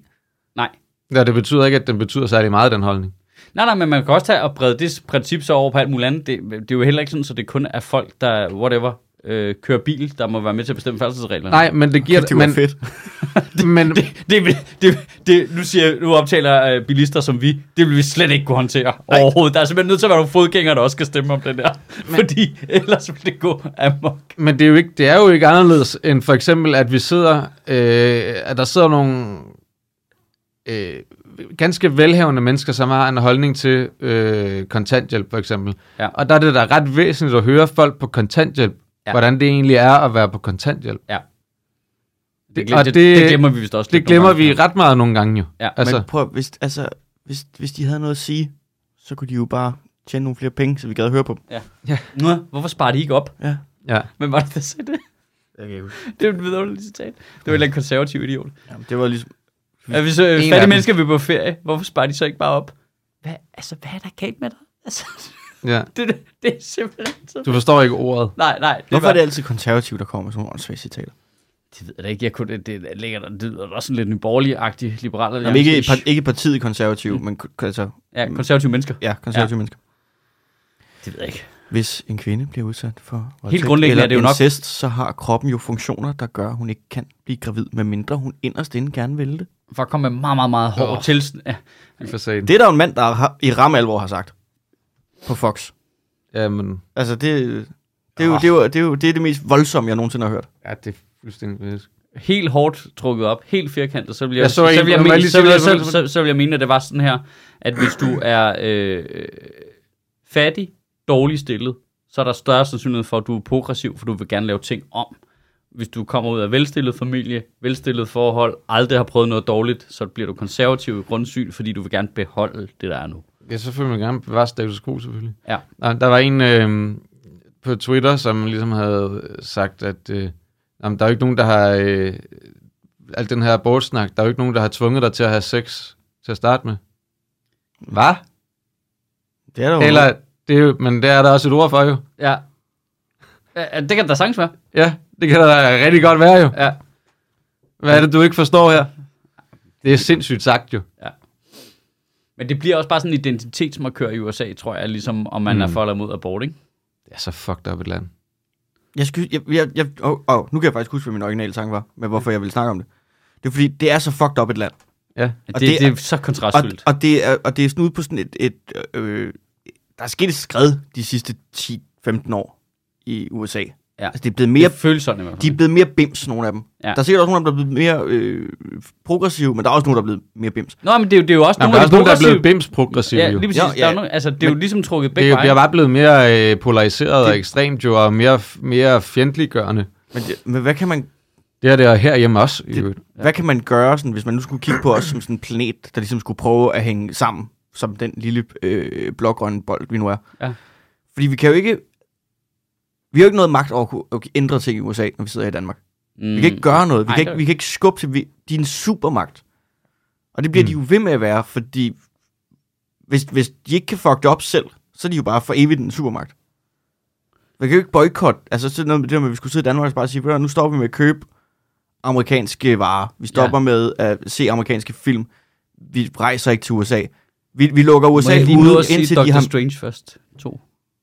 Speaker 2: Nej.
Speaker 1: Ja, det betyder ikke, at den betyder særlig meget, den holdning.
Speaker 2: Nej, nej, men man kan også tage og brede det princip så over på alt muligt andet. Det, det er jo heller ikke sådan, så det kun er folk, der whatever, øh, kører bil, der må være med til at bestemme færdselsreglerne.
Speaker 1: Nej, men det giver...
Speaker 3: (laughs) Det er jo
Speaker 1: men,
Speaker 3: fedt.
Speaker 1: men,
Speaker 2: (laughs) Det, vil- det, det, nu, siger, nu optaler øh, bilister som vi, det vil vi slet ikke kunne håndtere Nej. overhovedet. Der er simpelthen nødt til at være nogle fodgængere, der også skal stemme om den der. Men. Fordi ellers vil det gå amok.
Speaker 1: men det, er jo ikke, det er jo ikke anderledes end for eksempel, at vi sidder... Øh, at der sidder nogle øh, ganske velhavende mennesker, som har en holdning til øh, kontanthjælp, for eksempel.
Speaker 2: Ja.
Speaker 1: Og der er det da ret væsentligt at høre folk på kontanthjælp,
Speaker 2: Ja.
Speaker 1: ja. hvordan det egentlig er at være på kontanthjælp.
Speaker 2: Det,
Speaker 1: og
Speaker 2: glem, det, det,
Speaker 1: det-
Speaker 2: det glemmer vi vist også
Speaker 1: Det
Speaker 2: lidt
Speaker 1: glemmer
Speaker 2: nogle gange.
Speaker 1: vi ret meget nogle gange jo.
Speaker 2: Ja,
Speaker 1: altså,
Speaker 3: Men prøv, at- hvis, altså, hvis, hvis de havde noget at sige, så kunne de jo bare tjene nogle flere penge, så vi gad at høre på dem.
Speaker 2: Nå, hvorfor sparer de ikke op?
Speaker 3: Ja.
Speaker 1: ja.
Speaker 2: Men var det der sagde det?
Speaker 3: Okay.
Speaker 2: Det er jo et vidunderligt citat. Det var en eller anden konservativ idiot.
Speaker 3: Jamen, det var ligesom...
Speaker 2: Ja, hvis øh,
Speaker 1: af
Speaker 2: fattige
Speaker 1: dem.
Speaker 2: mennesker vil på ferie, hvorfor sparer de så ikke bare op? Hvad, altså, hvad er der galt med dig? Altså, (laughs)
Speaker 1: ja.
Speaker 2: det, det, det er simpelthen så...
Speaker 1: Du forstår ikke ordet.
Speaker 2: Nej, nej. Det
Speaker 3: Hvorfor
Speaker 2: var,
Speaker 3: er det altid konservative, der kommer med sådan nogle åndssvage citater?
Speaker 2: Det ved jeg da ikke. Jeg kunne, det, det, ligger der, det lyder da også sådan lidt nyborgerlig-agtig liberal
Speaker 3: Jamen, ikke,
Speaker 2: alliance.
Speaker 3: par- ikke partiet konservative,
Speaker 2: Mm.
Speaker 3: men ko- altså,
Speaker 2: Ja, konservative mennesker.
Speaker 3: ja, konservative ja. mennesker.
Speaker 2: Det ved jeg ikke.
Speaker 3: Hvis en kvinde bliver udsat for
Speaker 2: grundlæggende
Speaker 3: eller
Speaker 2: er det jo nok-
Speaker 3: incest, så har kroppen jo funktioner, der gør, at hun ikke kan blive gravid, medmindre hun inderst inde gerne vil det.
Speaker 2: For at komme med meget, meget, meget hård
Speaker 1: Åh.
Speaker 2: til... Ja,
Speaker 1: For sagen.
Speaker 3: Det er der jo en mand, der har, i ram alvor har sagt på Fox.
Speaker 1: Jamen,
Speaker 3: Altså, det, det, er, jo, det, er, jo, det, er jo, det er det mest voldsomme, jeg nogensinde har hørt.
Speaker 1: ja, det er fuldstændig vildt.
Speaker 2: helt hårdt trukket op, helt firkantet, så vil jeg,
Speaker 1: Jeg så en-
Speaker 2: så, vil jeg,
Speaker 1: må jeg
Speaker 2: mene,
Speaker 1: lige
Speaker 2: så, vil jeg,
Speaker 1: sige, hvad
Speaker 2: så,
Speaker 1: det var?
Speaker 2: så, så vil jeg mene, at det var sådan her, at hvis du er øh, øh, fattig, dårlig stillet, så er der større sandsynlighed for, at du er progressiv, for du vil gerne lave ting om. Hvis du kommer ud af velstillet familie, velstillet forhold, aldrig har prøvet noget dårligt, så bliver du konservativ i grundsyn, fordi du vil gerne beholde det, der er nu.
Speaker 1: Ja, så vil man gerne bevare status quo, selvfølgelig.
Speaker 2: Ja.
Speaker 1: Der, der var en øh, på Twitter, som ligesom havde øh, sagt, at øh, jamen, der er jo ikke nogen, der har... Øh, al den her abortsnak, der er jo ikke nogen, der har tvunget dig til at have sex. til at starte med. Hvad?
Speaker 3: Det er der jo.
Speaker 1: Eller, det er jo, men det er der også et ord for jo.
Speaker 2: Ja. Ja, ja, det kan da sagtens være.
Speaker 1: Ja, det kan da rigtig godt være jo.
Speaker 2: Ja.
Speaker 1: Hvad er det, du ikke forstår her? Det er sindssygt sagt jo.
Speaker 2: Men det bliver også bare sådan en identitetsmarkør i USA, tror jeg, ligesom om man mm. er for eller mod abort, ikke?
Speaker 1: Det er så fucked up et land.
Speaker 3: Jeg skal, jeg, jeg, jeg, oh, oh, nu kan jeg faktisk huske, hvad min originale tanke var, men
Speaker 2: Mm.
Speaker 3: hvorfor jeg ville snakke om det. Det er fordi, det er så fucked up et land.
Speaker 1: Ja.
Speaker 2: Det,
Speaker 3: Og
Speaker 2: det,
Speaker 3: det
Speaker 2: det er
Speaker 3: er-
Speaker 2: så
Speaker 3: Og,
Speaker 2: kontrastfyldt.
Speaker 3: og, det er, og det er sådan ude på sådan et... et øh, der er sket et skred de sidste 10-15 år i USA.
Speaker 2: Ja.
Speaker 3: Altså, det er blevet
Speaker 2: Det
Speaker 3: mere,
Speaker 2: er følelserne i hvert
Speaker 3: de
Speaker 2: fald.
Speaker 3: er blevet mere bims, nogle af dem.
Speaker 2: Ja.
Speaker 3: Ja. Der er sikkert også nogle af dem, der er blevet mere øh, progressive, men der er også nogle, der er blevet mere bims.
Speaker 2: Nå, men det er jo, det er jo også
Speaker 1: Nå, men der
Speaker 2: nogle
Speaker 1: er
Speaker 2: af
Speaker 1: også
Speaker 2: de
Speaker 1: nogen, der er
Speaker 2: progressive-
Speaker 1: blevet bims-progressive
Speaker 2: Ja,
Speaker 1: jo.
Speaker 2: lige præcis.
Speaker 3: Ja,
Speaker 2: Der er
Speaker 3: ja.
Speaker 2: nogen, altså, det er jo ligesom trukket
Speaker 1: Det
Speaker 2: begge
Speaker 1: jo- bliver
Speaker 2: veje.
Speaker 1: bare blevet mere øh, polariseret og ekstremt jo, og mere, mere fjendtliggørende.
Speaker 3: Men, det- men hvad, kan man,
Speaker 1: Det er det og herhjemme også. i
Speaker 3: Det-
Speaker 1: øvrigt.
Speaker 3: ja. hvad kan man gøre, sådan, hvis man nu skulle kigge på os som sådan en planet, der ligesom skulle prøve at hænge sammen, som den lille øh, blågrønne bold, vi nu er?
Speaker 2: Ja.
Speaker 3: Fordi vi kan jo ikke... Vi har jo ikke noget magt over at kunne- at kunne ændre ting i USA, når vi sidder her i Danmark. Vi
Speaker 2: Mm.
Speaker 3: kan ikke gøre noget. Vi,
Speaker 2: Ej,
Speaker 3: kan,
Speaker 2: det-
Speaker 3: ikke, vi kan ikke skubbe til... Vi, de er en supermagt. Og det bliver mm. de jo ved med at være, fordi hvis, hvis de ikke kan fuck det op selv, så er de jo bare for evigt en supermagt. Man kan jo ikke boykotte. Altså sådan noget med det der med, at vi skulle sidde i Danmark og bare sige, "Ved du hvad, nu stopper vi med at købe amerikanske varer. Vi stopper ja. med at se amerikanske film. Vi rejser ikke til USA. Vi, vi lukker
Speaker 2: Må
Speaker 3: USA
Speaker 2: jeg lige nå
Speaker 3: ude,
Speaker 2: at se
Speaker 3: indtil
Speaker 2: Dr.
Speaker 3: de har...
Speaker 2: Strange først? To.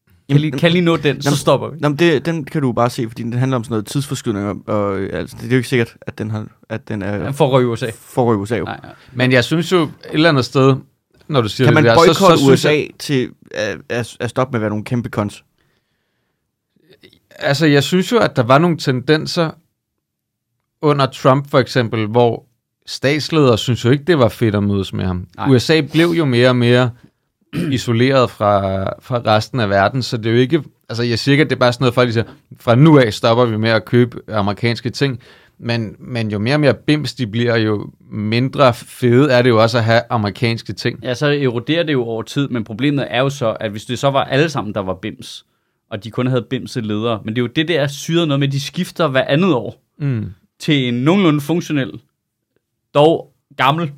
Speaker 2: Kan
Speaker 3: Jamen,
Speaker 2: lige, kan lige nå den, så
Speaker 3: Jamen,
Speaker 2: stopper vi.
Speaker 3: Nå, men det, den kan du bare se, fordi den handler om sådan noget tidsforskydning, og, og øh, altså, det er jo ikke sikkert, at den, har, at den er
Speaker 2: Han får røg i USA.
Speaker 3: foregår i USA. Jo.
Speaker 2: Nej, ja.
Speaker 1: Men jeg synes jo et eller andet sted, når du siger
Speaker 3: Kan
Speaker 1: det
Speaker 3: man
Speaker 1: der, så, så
Speaker 3: boykotte
Speaker 1: synes
Speaker 3: USA
Speaker 1: jeg,
Speaker 3: jeg... til at, at, at stoppe med at være nogle kæmpe cons?
Speaker 1: altså jeg synes jo, at der var nogle tendenser under Trump for eksempel, hvor statsledere synes jo ikke, det var fedt at mødes med ham.
Speaker 2: Nej.
Speaker 1: Nej. USA blev jo mere og mere isoleret fra, fra resten af verden, så det er jo ikke, altså jeg siger ikke, at det er bare sådan noget, folk de siger, fra nu af stopper vi med at købe amerikanske ting, men, men jo mere og mere bims de bliver, jo mindre fede er det jo også at have amerikanske ting.
Speaker 2: ja, så eroderer det jo over tid, men problemet er jo så, at hvis det så var alle sammen, der var bims, og de kun havde bimse ledere, men det er jo det, der syret noget med, at de skifter hver andet år
Speaker 1: Mm.
Speaker 2: til en nogenlunde funktionel, dog gammel.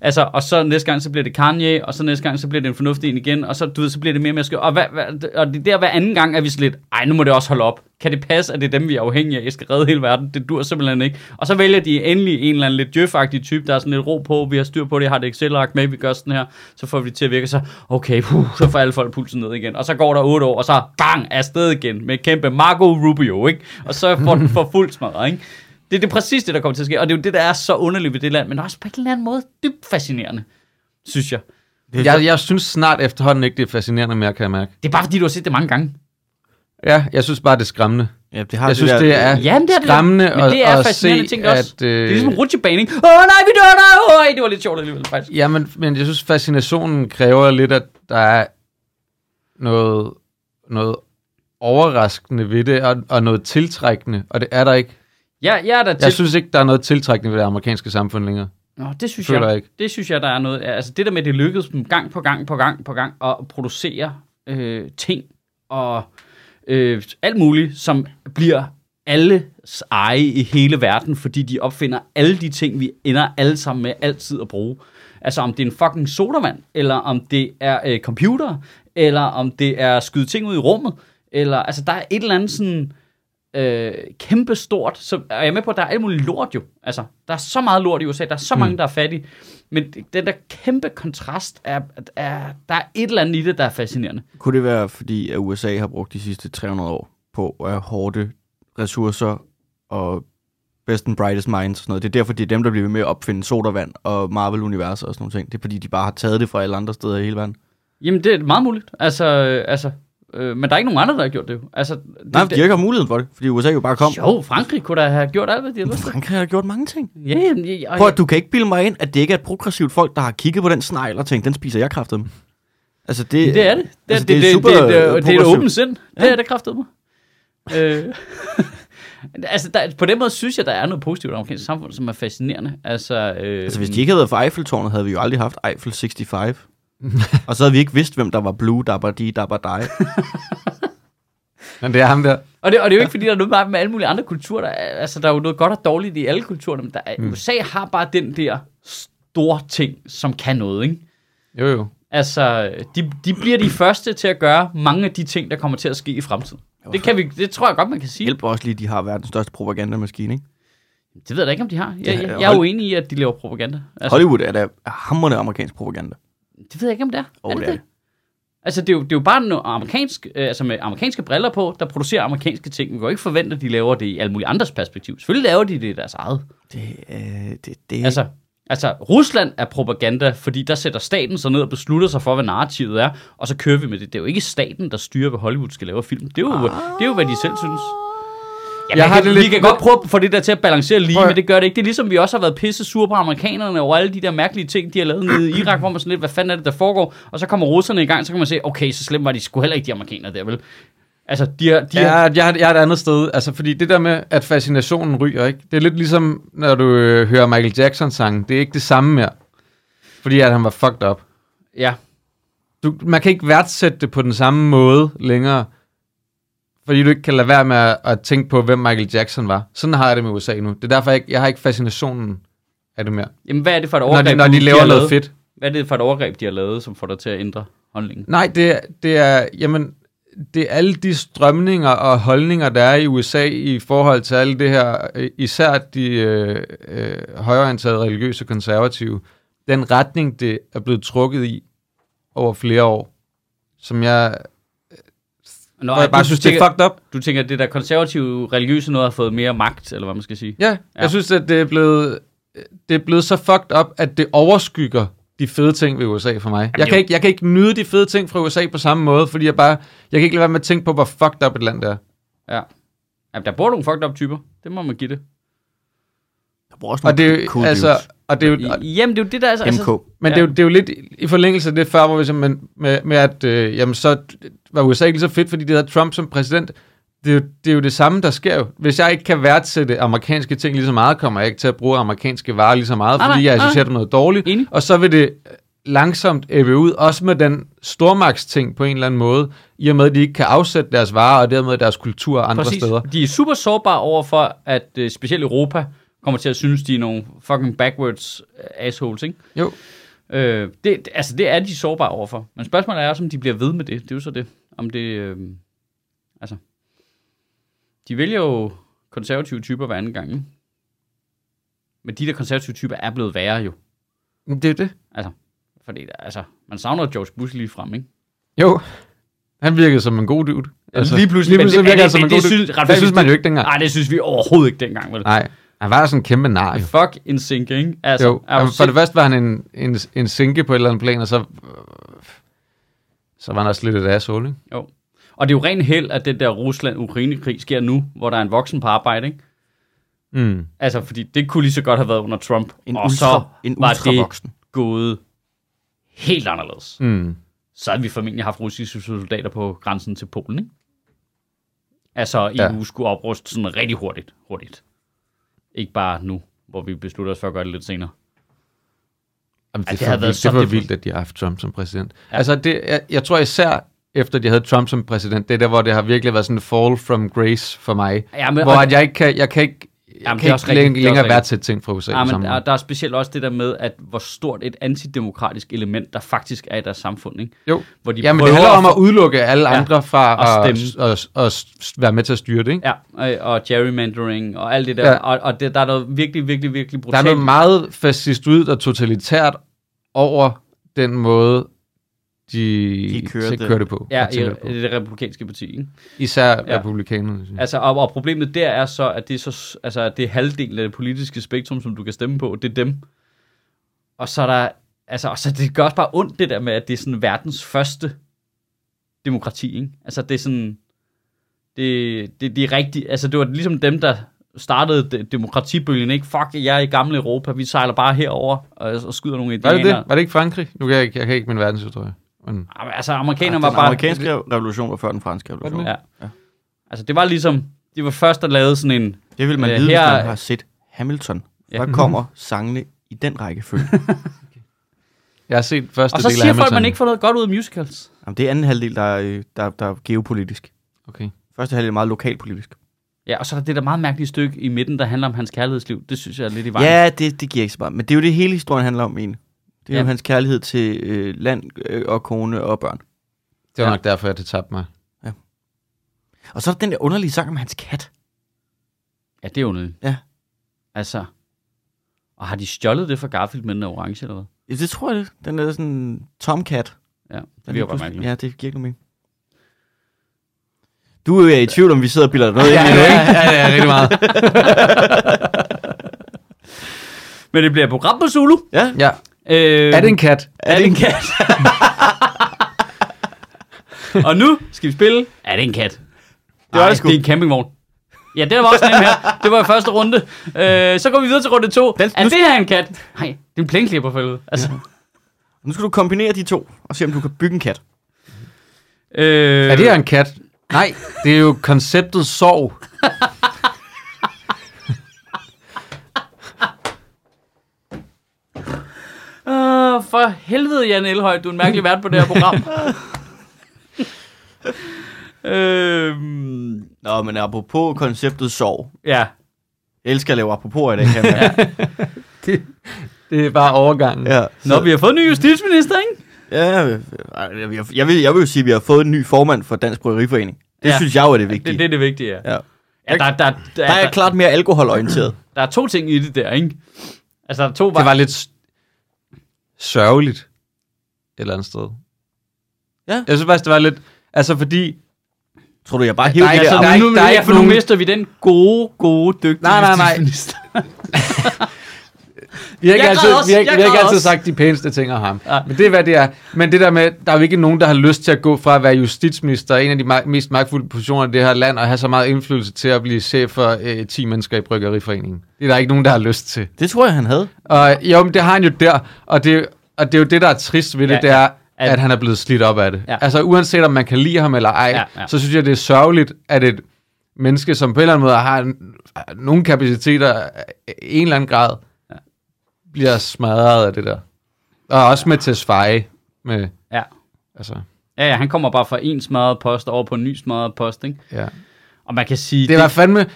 Speaker 2: Altså, og så næste gang, så bliver det Kanye, og så næste gang, så bliver det en fornuftig en igen, og så, du ved, så bliver det mere og mere skørt. Og, hvad, hvad, og det er der hver anden gang, er vi sådan lidt, ej, nu må det også holde op. Kan det passe, at det er dem, vi er afhængige af? Jeg skal redde hele verden. Det dur simpelthen ikke. Og så vælger de endelig en eller anden lidt djøfagtig type, der er sådan lidt ro på, vi har styr på det, har det Excel-ark med, vi gør sådan her, så får vi det til at virke, så okay, puh, så får alle folk pulsen ned igen. Og så går der otte år, og så bang, afsted igen med kæmpe Marco Rubio, ikke? Og så får den for fuld smadret, ikke? Det er det præcis det, der kommer til at ske, og det er jo det, der er så underligt ved det land, men også på en eller anden måde dybt fascinerende, synes jeg.
Speaker 1: Jeg, jeg synes snart efterhånden ikke, det er fascinerende mere, kan jeg mærke.
Speaker 2: Det er bare fordi, du har set det mange gange.
Speaker 1: Ja, jeg synes bare, det er skræmmende.
Speaker 3: Ja, det har
Speaker 1: Jeg synes, det øh, er
Speaker 2: Jamen, det er det.
Speaker 1: skræmmende
Speaker 2: Men det er
Speaker 1: at, at
Speaker 2: fascinerende
Speaker 1: se,
Speaker 2: ting også.
Speaker 1: at... Øh,
Speaker 2: Det er ligesom rutsjebane, ikke? Åh nej, vi dør, nej, åh, ej, det var lidt sjovt alligevel, faktisk.
Speaker 1: Ja, men, men jeg synes, fascinationen kræver lidt, at der er noget, noget overraskende ved det, og, og noget tiltrækkende, og det er der ikke.
Speaker 2: Ja, jeg er da til.
Speaker 1: Jeg synes ikke, der er noget tiltrækkende ved det amerikanske samfund længere.
Speaker 2: Nå, det synes
Speaker 1: Føler
Speaker 2: jeg,
Speaker 1: jeg ikke.
Speaker 2: Det synes jeg, der er noget... Altså, det der med, at det lykkedes dem gang på gang på gang på gang at producere øh, ting og øh, alt muligt, som bliver alles eje i hele verden, fordi de opfinder alle de ting, vi ender alle sammen med altid at bruge. Altså, om det er en fucking sodavand, eller om det er øh, computer, eller om det er at skyde ting ud i rummet, eller... Altså, der er et eller andet sådan øh, kæmpe stort. Så er jeg med på, at der er alt muligt lort jo. Altså, der er så meget lort i USA, der er så mange, der er fattige. Men den der kæmpe kontrast, er, er, der er et eller andet i det, der er fascinerende.
Speaker 3: Kunne det være, fordi at USA har brugt de sidste 300 år på at hårde ressourcer og best and brightest minds og sådan noget. Det er derfor, det er dem, der bliver ved med at opfinde sodavand og Marvel-universet og sådan nogle ting. Det er fordi, de bare har taget det fra alle andre steder i hele verden.
Speaker 2: Jamen, det er meget muligt. Altså, øh, altså øh, men der er ikke nogen andre, der har gjort det jo. Altså, det,
Speaker 3: Nej, men de har
Speaker 2: det,
Speaker 3: ikke haft muligheden for det, fordi USA jo bare kom.
Speaker 2: jo, Frankrig kunne da have gjort alt, hvad de havde lyst til.
Speaker 3: Frankrig har gjort mange ting.
Speaker 2: Ja, jamen, ja, ja,
Speaker 3: Prøv at du kan ikke bilde mig ind, at det ikke er et progressivt folk, der har kigget på den snegl og tænkt, den spiser jeg kraftedeme. Altså det,
Speaker 2: Det er det. Det, altså, det, det, det,
Speaker 3: super
Speaker 2: det, det, det, det er et
Speaker 3: progressivt.
Speaker 2: åbent sind. Ja. Det er det kraftet mig. Øh, (laughs) altså, der, på den måde synes jeg, der er noget positivt i det amerikanske samfund, som er fascinerende. Altså, øh,
Speaker 3: Altså hvis de ikke havde været for Eiffeltårnet, havde vi jo aldrig haft Eiffel (laughs) 65. og så havde vi ikke vidst, hvem der var Blue, der var de, der var dig.
Speaker 1: Men det er ham der.
Speaker 2: og, det, og det er jo ikke, fordi der er noget med, med alle mulige andre kulturer. Der er, altså, der er jo noget godt og dårligt i alle kulturer, men der er, mm. USA har bare den der store ting, som kan noget, ikke?
Speaker 1: Jo, jo.
Speaker 2: Altså, de, de bliver de første til at gøre mange af de ting, der kommer til at ske i fremtiden. Det, kan vi, det tror jeg godt, man kan sige.
Speaker 3: Hjælp også lige, de har verdens største propagandamaskine, ikke?
Speaker 2: Det ved jeg da ikke, om de har. Jeg,
Speaker 3: Ja,
Speaker 2: jeg, jeg er
Speaker 3: hold-
Speaker 2: jo enig i, at de laver propaganda.
Speaker 3: Altså,
Speaker 2: Altså,
Speaker 3: Hollywood er da hammerende amerikansk propaganda.
Speaker 2: det ved jeg ikke, om det er.
Speaker 3: Åh,
Speaker 2: er det
Speaker 3: det er
Speaker 2: det? Altså, det er, jo, det er jo bare noget amerikansk, øh, altså med amerikanske briller på, der producerer amerikanske ting. Vi kan jo ikke forvente, at de laver det i alle mulige andres perspektiv. Selvfølgelig laver de det i deres eget.
Speaker 3: Det, øh, det, det, altså,
Speaker 2: Altså, altså, Rusland er propaganda, fordi der sætter staten sig ned og beslutter sig for, hvad narrativet er, og så kører vi med det. Det er jo ikke staten, der styrer, hvad Hollywood skal lave af film. Det er jo, det er jo hvad de selv synes.
Speaker 1: Ah.
Speaker 2: Jamen, jeg
Speaker 1: Jeg
Speaker 2: har
Speaker 1: har
Speaker 2: kan,
Speaker 1: det
Speaker 2: vi
Speaker 1: lidt-
Speaker 2: kan godt prøve at få det der til at balancere lige,
Speaker 1: Prøv at-
Speaker 2: men det gør det ikke. Det er ligesom, vi også har været pisse sure på amerikanerne over alle de der mærkelige ting, de har lavet
Speaker 1: (clears throat)
Speaker 2: nede i Irak, hvor man sådan lidt, hvad fanden er det, der foregår? Og så kommer russerne i gang, så kan man se, okay, så slemt var de sgu heller ikke de amerikanere der, vel? Altså, de har... De
Speaker 1: Jeg,
Speaker 2: har
Speaker 1: er- jeg, er- jeg er et andet sted. Altså, fordi det der med, at fascinationen ryger, ikke? Det er lidt ligesom, når du øh, hører Michael Jackson sange. Det er ikke det samme mere. Fordi at han var fucked up.
Speaker 2: ja.
Speaker 1: Du, man kan ikke værdsætte det på den samme måde længere. Fordi du ikke kan lade være med at, at tænke på, hvem Michael Jackson var. Sådan har jeg det med USA nu. Det er derfor, jeg, ikke- jeg har ikke fascinationen af det mere.
Speaker 2: Jamen, hvad er det for et
Speaker 1: Når
Speaker 2: overgreb,
Speaker 1: de, når
Speaker 2: du-
Speaker 1: de laver
Speaker 2: har
Speaker 1: noget
Speaker 2: lavet?
Speaker 1: fedt.
Speaker 2: Hvad er det for et overgreb, de har lavet, som får dig til at ændre holdningen?
Speaker 1: Nej, det, er- det er, jamen, det er alle de strømninger og holdninger, der er i USA i forhold til alle det her, øh, især de øh, øh, højorienterede religiøse konservative, den retning, det er blevet trukket i over flere år, som jeg,
Speaker 2: Nå,
Speaker 1: og jeg bare synes, det er fucked up.
Speaker 2: Du tænker, at det der konservative religiøse noget har fået mere magt, eller hvad man skal sige?
Speaker 1: Ja, ja, jeg synes, at det er, blevet, det er blevet så fucked up, at det overskygger de fede ting ved USA for mig. Jeg
Speaker 2: jo.
Speaker 1: kan, ikke, jeg kan ikke nyde de fede ting fra USA på samme måde, fordi jeg bare, jeg kan ikke lade være med at tænke på, hvor fucked up et land det er.
Speaker 2: Ja. Jamen, der bor nogle fucked up typer. Det må man give det.
Speaker 3: der var også
Speaker 1: Og
Speaker 3: nogle
Speaker 1: det er jo,
Speaker 3: cool
Speaker 1: altså,
Speaker 3: dudes.
Speaker 1: og det er jo, og,
Speaker 2: I, jamen, det er jo det der... Altså,
Speaker 3: MK.
Speaker 2: altså,
Speaker 1: men det er, jo, det er jo lidt i forlængelse af det før, hvor vi simpelthen med, med at, øh, jamen så var USA ikke lige så fedt, fordi det havde Trump som præsident. Det er, jo, det er jo det samme, der sker jo. Hvis jeg ikke kan værdsætte amerikanske ting lige så meget, kommer jeg ikke til at bruge amerikanske varer lige så meget,
Speaker 2: Nej,
Speaker 1: fordi
Speaker 2: nej,
Speaker 1: jeg
Speaker 2: nej.
Speaker 1: associerer det med noget dårligt.
Speaker 2: Enig.
Speaker 1: Og så vil det øh, langsomt æbbe ud, også med den stormagtsting på en eller anden måde, i og med, at de ikke kan afsætte deres varer, og dermed deres kultur andre
Speaker 2: præcis.
Speaker 1: steder.
Speaker 2: De er super sårbare over for, at uh, specielt Europa kommer til at synes, de er nogle fucking backwards øh, assholes, ikke?
Speaker 1: Jo.
Speaker 2: Øh, det, altså, det er de sårbare overfor. Men spørgsmålet er også, om de bliver ved med det. Det er jo så det. Om det... Øh, altså... De vælger jo konservative typer hver anden gang. ikke? Men de der konservative typer er blevet værre jo.
Speaker 1: Men Det er det.
Speaker 2: Altså, fordi der- altså, man savner George Bush lige frem, ikke?
Speaker 1: Jo. Han virkede som en god dude.
Speaker 2: Altså,
Speaker 1: Altså,
Speaker 2: lige pludselig-
Speaker 1: Lige pludselig
Speaker 2: Men det-
Speaker 1: virkede han
Speaker 2: det-
Speaker 1: som en
Speaker 2: det-
Speaker 1: god
Speaker 2: det
Speaker 1: dude.
Speaker 2: synes-
Speaker 1: det synes man jo ikke dengang.
Speaker 2: Nej, det synes vi overhovedet ikke dengang, vel?
Speaker 1: Nej, han var sådan en kæmpe nar jo.
Speaker 2: Fuck en sink, ikke? Altså,
Speaker 1: jo.
Speaker 2: er
Speaker 1: Jamen, for
Speaker 2: sind-
Speaker 1: det første var han en, en, en sinke på et eller andet plan, og så, så var han også lidt et asshole, ikke?
Speaker 2: Jo. Og det er jo ren held, at den der Rusland-Ukraine-krig sker nu, hvor der er en voksen på arbejde, ikke?
Speaker 1: Mm.
Speaker 2: Altså, fordi det kunne lige så godt have været under Trump.
Speaker 3: En
Speaker 2: og så
Speaker 3: ultra, en
Speaker 2: var det
Speaker 3: ultravoksen.
Speaker 2: gået helt anderledes.
Speaker 1: Mm.
Speaker 2: Så havde vi formentlig haft russiske soldater på grænsen til Polen, ikke? Altså, EU
Speaker 1: Ja.
Speaker 2: skulle opruste sådan rigtig hurtigt. hurtigt. Ikke bare nu, hvor vi beslutter os for at gøre det lidt senere.
Speaker 1: Jamen, det,
Speaker 2: Ej,
Speaker 1: er
Speaker 2: det
Speaker 1: for
Speaker 2: havde
Speaker 1: vildt,
Speaker 2: været
Speaker 1: det
Speaker 2: så
Speaker 1: var
Speaker 2: different.
Speaker 1: vildt, at de har haft Trump som præsident. Ja. Altså, det, jeg, jeg tror især efter de havde Trump som præsident, det er der, hvor det har virkelig været sådan en fall from grace for mig.
Speaker 2: Ja, men-
Speaker 1: hvor
Speaker 2: og-
Speaker 1: at jeg ikke kan, jeg kan ikke, jeg
Speaker 2: Jamen, det er
Speaker 1: kan
Speaker 2: også
Speaker 1: ikke
Speaker 2: rigtigt,
Speaker 1: læng-
Speaker 2: det er også
Speaker 1: længere
Speaker 2: rigtigt.
Speaker 1: værdsætte ting fra USA.
Speaker 2: Ja, men
Speaker 1: sammen.
Speaker 2: der, der er specielt også det der med, at hvor stort et antidemokratisk element, der faktisk er i deres samfund, ikke?
Speaker 1: jo.
Speaker 2: Hvor de
Speaker 1: Ja, men
Speaker 2: prøver
Speaker 1: det handler
Speaker 2: at
Speaker 1: om
Speaker 2: få-
Speaker 1: at udelukke alle
Speaker 2: Ja,
Speaker 1: andre fra
Speaker 2: og
Speaker 1: at, at, at, at, være med til at styre det, ikke?
Speaker 2: Ja, øh, og gerrymandering og alt det der. Ja.
Speaker 1: Ja.
Speaker 2: Og, og det, der er noget virkelig, virkelig, virkelig
Speaker 1: Der er
Speaker 2: brutalt.
Speaker 1: noget meget fascistoidt og totalitært over den måde, de,
Speaker 3: De kører
Speaker 1: selv
Speaker 3: det.
Speaker 1: kører det på.
Speaker 2: ja,
Speaker 1: og
Speaker 2: i,
Speaker 1: tænker det på.
Speaker 2: i det republikanske parti. Ikke?
Speaker 1: Især
Speaker 2: Ja.
Speaker 1: ja. republikanerne. synes jeg.
Speaker 2: Altså, og, og problemet der er så, at det er, så, s- altså, at det er halvdelen af det politiske spektrum, som du kan stemme på, det er dem. Og så er der, altså, og så det gør også bare ondt, det der med, at det er sådan verdens første demokrati, ikke? Altså, det er sådan, det, det, det er rigtigt, altså, det var ligesom dem, der startede de- demokratibølgen, ikke? Fuck, jeg er i gamle Europa, vi sejler bare herover og, og skyder nogle
Speaker 1: Var det
Speaker 2: indianere.
Speaker 1: det? Var det ikke Frankrig? Nu kan jeg ikke, jeg kan ikke min verdenshistorie. Men,
Speaker 2: Jamen, Altså,
Speaker 1: Ah,
Speaker 2: amerikanerne var
Speaker 3: Den
Speaker 2: bare...
Speaker 3: amerikanske revolution var før den franske revolution.
Speaker 2: Ja. Altså, det var ligesom... Det var først, der lavede sådan en...
Speaker 3: Det vil man
Speaker 2: Øh,
Speaker 3: vide, hvis
Speaker 2: her-
Speaker 3: man har set Hamilton.
Speaker 2: Ja.
Speaker 3: Der kommer sangene i den (laughs) rækkefølge.
Speaker 1: jeg har set første
Speaker 2: Og så
Speaker 1: del af
Speaker 2: siger folk, at
Speaker 1: Hamilton.
Speaker 2: man ikke får noget godt ud af musicals.
Speaker 3: Jamen, det er anden halvdel, der, er, øh, der, der er geopolitisk.
Speaker 1: Okay.
Speaker 3: Første halvdel er meget lokalpolitisk.
Speaker 2: Ja, og så er der det der meget mærkelige stykke i midten, der handler om hans kærlighedsliv. Det synes jeg er lidt i vejen.
Speaker 3: Ja, det, det giver ikke så meget. Men det er jo det hele historien handler om, en. Det er ja.
Speaker 2: Ja.
Speaker 3: jo hans kærlighed til øh, land øh, og kone og børn.
Speaker 1: Det var
Speaker 2: Ja.
Speaker 1: nok derfor, at det tabte mig.
Speaker 3: Og så er der den der underlige sang om hans kat.
Speaker 2: ja det er underligt.
Speaker 3: Ja.
Speaker 2: Altså, og har de stjålet det fra Garfield, men den er orange eller hvad?
Speaker 3: Ja, det tror jeg det. Den er sådan en tomcat.
Speaker 2: Ja, det
Speaker 3: Den
Speaker 2: virker
Speaker 3: er
Speaker 2: bare
Speaker 3: pludselig-
Speaker 2: mærkeligt.
Speaker 3: Ja, det giver ikke nogen mening. Du er jo i tvivl, om vi sidder og bilder dig noget ind i noget, ikke?
Speaker 1: ja, ja, ja, rigtig meget.
Speaker 2: Men det bliver et program på Zulu.
Speaker 3: Ja.
Speaker 1: Ja.
Speaker 2: Øh,
Speaker 1: Er det en kat?
Speaker 2: er det en kat? (laughs) og nu skal vi spille Er det en kat?
Speaker 3: Det var det sgu.
Speaker 2: det er en campingvogn. Ja, det var også nem her. Det var i første runde. Øh, så går vi videre til runde to.
Speaker 3: Den-
Speaker 2: er
Speaker 3: nu-
Speaker 2: det her en kat? Nej, det er en plænklipper for helvede. Altså,
Speaker 3: Nu skal du kombinere de to, og se, om du kan bygge en kat.
Speaker 2: øh,
Speaker 1: Er det her en kat? Nej, det er jo konceptet sorg.
Speaker 2: Åh, for helvede, Jan Elhøj, du er en mærkelig vært på det her program. øhm,
Speaker 3: Nå, men apropos konceptet sorg.
Speaker 2: ja,
Speaker 3: Jeg elsker at lave apropos i dag, kan jeg mærke.
Speaker 1: Det er bare overgangen. Ja.
Speaker 3: (laughs) ja.
Speaker 2: Nå, vi har fået en ny justitsminister, ikke?
Speaker 3: Ja, jeg, jeg, jeg, jeg, vil, jeg vil jo sige, at vi har fået en ny formand for Dansk Bryggeriforening. Det
Speaker 2: Ja.
Speaker 3: synes jeg jo er det vigtige.
Speaker 2: Det, det er det vigtige, ja.
Speaker 3: Ja.
Speaker 2: ja der, der, der, der,
Speaker 3: Der er jeg
Speaker 2: der,
Speaker 3: klart mere alkoholorienteret.
Speaker 2: der er to ting i det der, ikke? Altså, der er to
Speaker 1: Det
Speaker 2: var...
Speaker 1: var lidt s- sørgeligt et eller andet sted.
Speaker 3: Ja.
Speaker 1: Jeg synes faktisk, det var lidt... Altså, fordi...
Speaker 3: Tror du, jeg bare hiver
Speaker 1: der er
Speaker 3: det
Speaker 1: ikke
Speaker 3: der?
Speaker 1: sådan-
Speaker 3: op?
Speaker 1: er
Speaker 2: Altså, nu,
Speaker 1: ikke- der er
Speaker 2: ja,
Speaker 1: ikke
Speaker 2: for nu
Speaker 1: nogen-
Speaker 2: mister vi den gode, gode, dygtige
Speaker 1: Nej, nej, nej.
Speaker 2: justitsminister.
Speaker 1: Vi har ikke,
Speaker 2: Jeg
Speaker 1: altid,
Speaker 2: græd også,
Speaker 1: vi har, ikke-
Speaker 2: jeg
Speaker 1: vi har ikke
Speaker 2: græd
Speaker 1: altid
Speaker 2: også.
Speaker 1: sagt de pæneste ting om ham.
Speaker 2: Nej.
Speaker 1: Men det er, hvad det er. Men det der med, der er jo ikke nogen, der har lyst til at gå fra at være justitsminister, en af de ma- mest magtfulde positioner i det her land, og have så meget indflydelse til at blive chef for øh, 10 mennesker i Bryggeriforeningen. Det er der ikke nogen, der har lyst til.
Speaker 3: Det tror jeg, han havde.
Speaker 1: Og jo, men det har han jo der, og det, og det er jo det, der er trist ved det,
Speaker 2: Ja,
Speaker 1: ja, det er,
Speaker 2: at-
Speaker 1: at, han er blevet slidt op af det.
Speaker 2: Ja.
Speaker 1: Ja. Altså uanset om man kan lide ham eller ej,
Speaker 2: Ja,
Speaker 1: ja,
Speaker 2: ja.
Speaker 1: ja. så synes jeg, det er sørgeligt, at et menneske, som på en eller anden måde har en, nogle kapaciteter i en eller anden grad,
Speaker 2: Ja.
Speaker 1: ja. bliver smadret af det der. Og også med Tesfaye. Med,
Speaker 2: Ja.
Speaker 1: altså,
Speaker 2: Ja, ja, han kommer bare fra en smadret post over på en ny smadret post, ikke?
Speaker 1: ja.
Speaker 2: Og man kan sige...
Speaker 1: Det var fandme...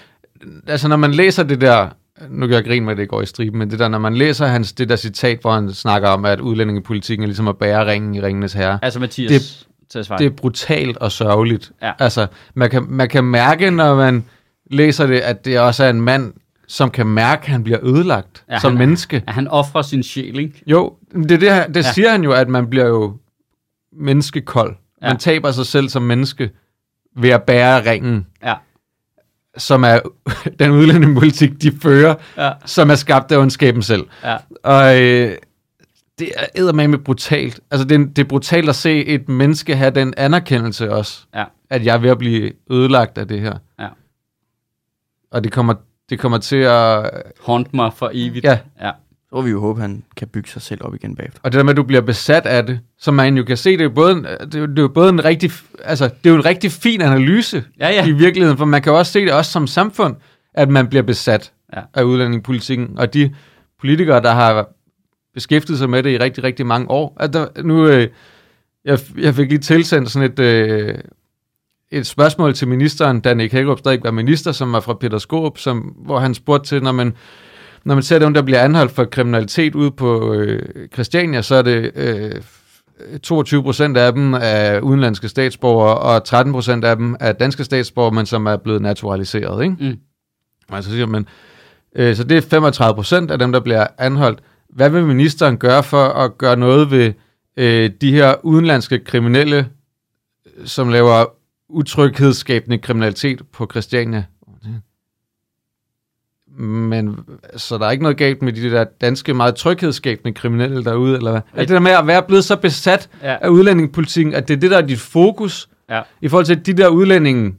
Speaker 1: Altså, når man læser det der... Nu kan jeg grine med, at det går i striben, men det der, når man læser hans, det der citat, hvor han snakker om, at udlændingepolitikken er ligesom at bære ringen i ringenes herre.
Speaker 2: Altså, Mathias... Det,
Speaker 1: Det er brutalt og sørgeligt.
Speaker 2: Ja.
Speaker 1: Altså, man kan, man kan mærke, når man læser det, at det også er en mand, som kan mærke, at han bliver ødelagt
Speaker 2: Ja,
Speaker 1: ja, som
Speaker 2: han-
Speaker 1: menneske.
Speaker 2: at han offrer sin sjæl, ikke?
Speaker 1: Jo, men det, er det, her- det
Speaker 2: Ja.
Speaker 1: ja. siger han jo, at man bliver jo menneskekold.
Speaker 2: Ja.
Speaker 1: Ja. Man taber sig selv som menneske ved at bære ringen,
Speaker 2: Ja.
Speaker 1: som er (laughs) den udlændingepolitik, de fører,
Speaker 2: Ja.
Speaker 1: som er skabt af ondskaben selv.
Speaker 2: Ja.
Speaker 1: Og øh, det er eddermame brutalt. Altså, det er, det er brutalt at se et menneske have den anerkendelse også,
Speaker 2: Ja.
Speaker 1: at jeg er ved at blive ødelagt af det her.
Speaker 2: Ja.
Speaker 1: Og det kommer, det kommer til at...
Speaker 2: Haunt mig for evigt.
Speaker 1: Ja,
Speaker 2: ja.
Speaker 3: Så må vi jo håbe, han kan bygge sig selv op igen bagefter.
Speaker 1: og det der med, at du bliver besat af det, som man jo kan se, det er jo både en, det er jo, det er jo både en rigtig... Altså, det er jo en rigtig fin analyse
Speaker 2: Ja, ja.
Speaker 1: i virkeligheden, for man kan jo også se det også som samfund, at man bliver besat
Speaker 2: Ja.
Speaker 1: ja. af udlændingepolitikken, og de politikere, der har beskæftiget sig med det i rigtig, rigtig mange år. At der, nu, øh, jeg, jeg fik lige tilsendt sådan et, øh, et spørgsmål til ministeren, da Nick Hagerup stadig var minister, som var fra Peter Skorup, som, hvor han spurgte til, når man, når man ser dem, der bliver anholdt for kriminalitet ude på øh, Christiania, så er det øh, 22 procent af dem er udenlandske statsborgere, og 13 procent af dem er danske statsborgere, men som er blevet naturaliseret. Ikke?
Speaker 2: Mm.
Speaker 1: Altså, så siger man, øh, så det er 35 procent af dem, der bliver anholdt. Hvad vil ministeren gøre for at gøre noget ved øh, de her udenlandske kriminelle, som laver utryghedsskabende kriminalitet på Christiania? Men så der er ikke noget galt med de der danske meget tryghedsskabende kriminelle derude, eller hvad? Er det der med at være blevet så besat
Speaker 2: Ja.
Speaker 1: af udlændingepolitikken, at det er det, der er dit fokus,
Speaker 2: Ja.
Speaker 1: i forhold til, at de der udlændinge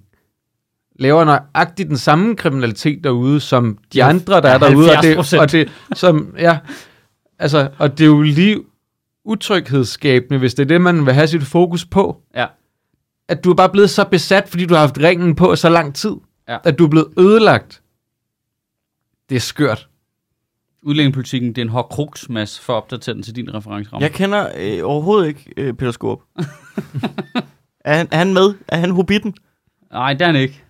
Speaker 1: laver nøjagtigt den samme kriminalitet derude, som de andre, der er derude, og det,
Speaker 2: 70%.
Speaker 1: og det, som, ja, altså, og det er jo lige utryghedsskabende, hvis det er det, man vil have sit fokus på,
Speaker 2: Ja.
Speaker 1: at du er bare blevet så besat, fordi du har haft ringen på så lang tid,
Speaker 2: Ja.
Speaker 1: at du er blevet ødelagt. Det er skørt.
Speaker 2: Udlændingepolitikken, det er en hård kruks, Mads, for at opdatere den til din referenceramme.
Speaker 3: Jeg kender øh, overhovedet ikke øh, Peter (laughs) Skorp. er, han, er han med? Er han hobitten?
Speaker 2: Nej, det er han ikke.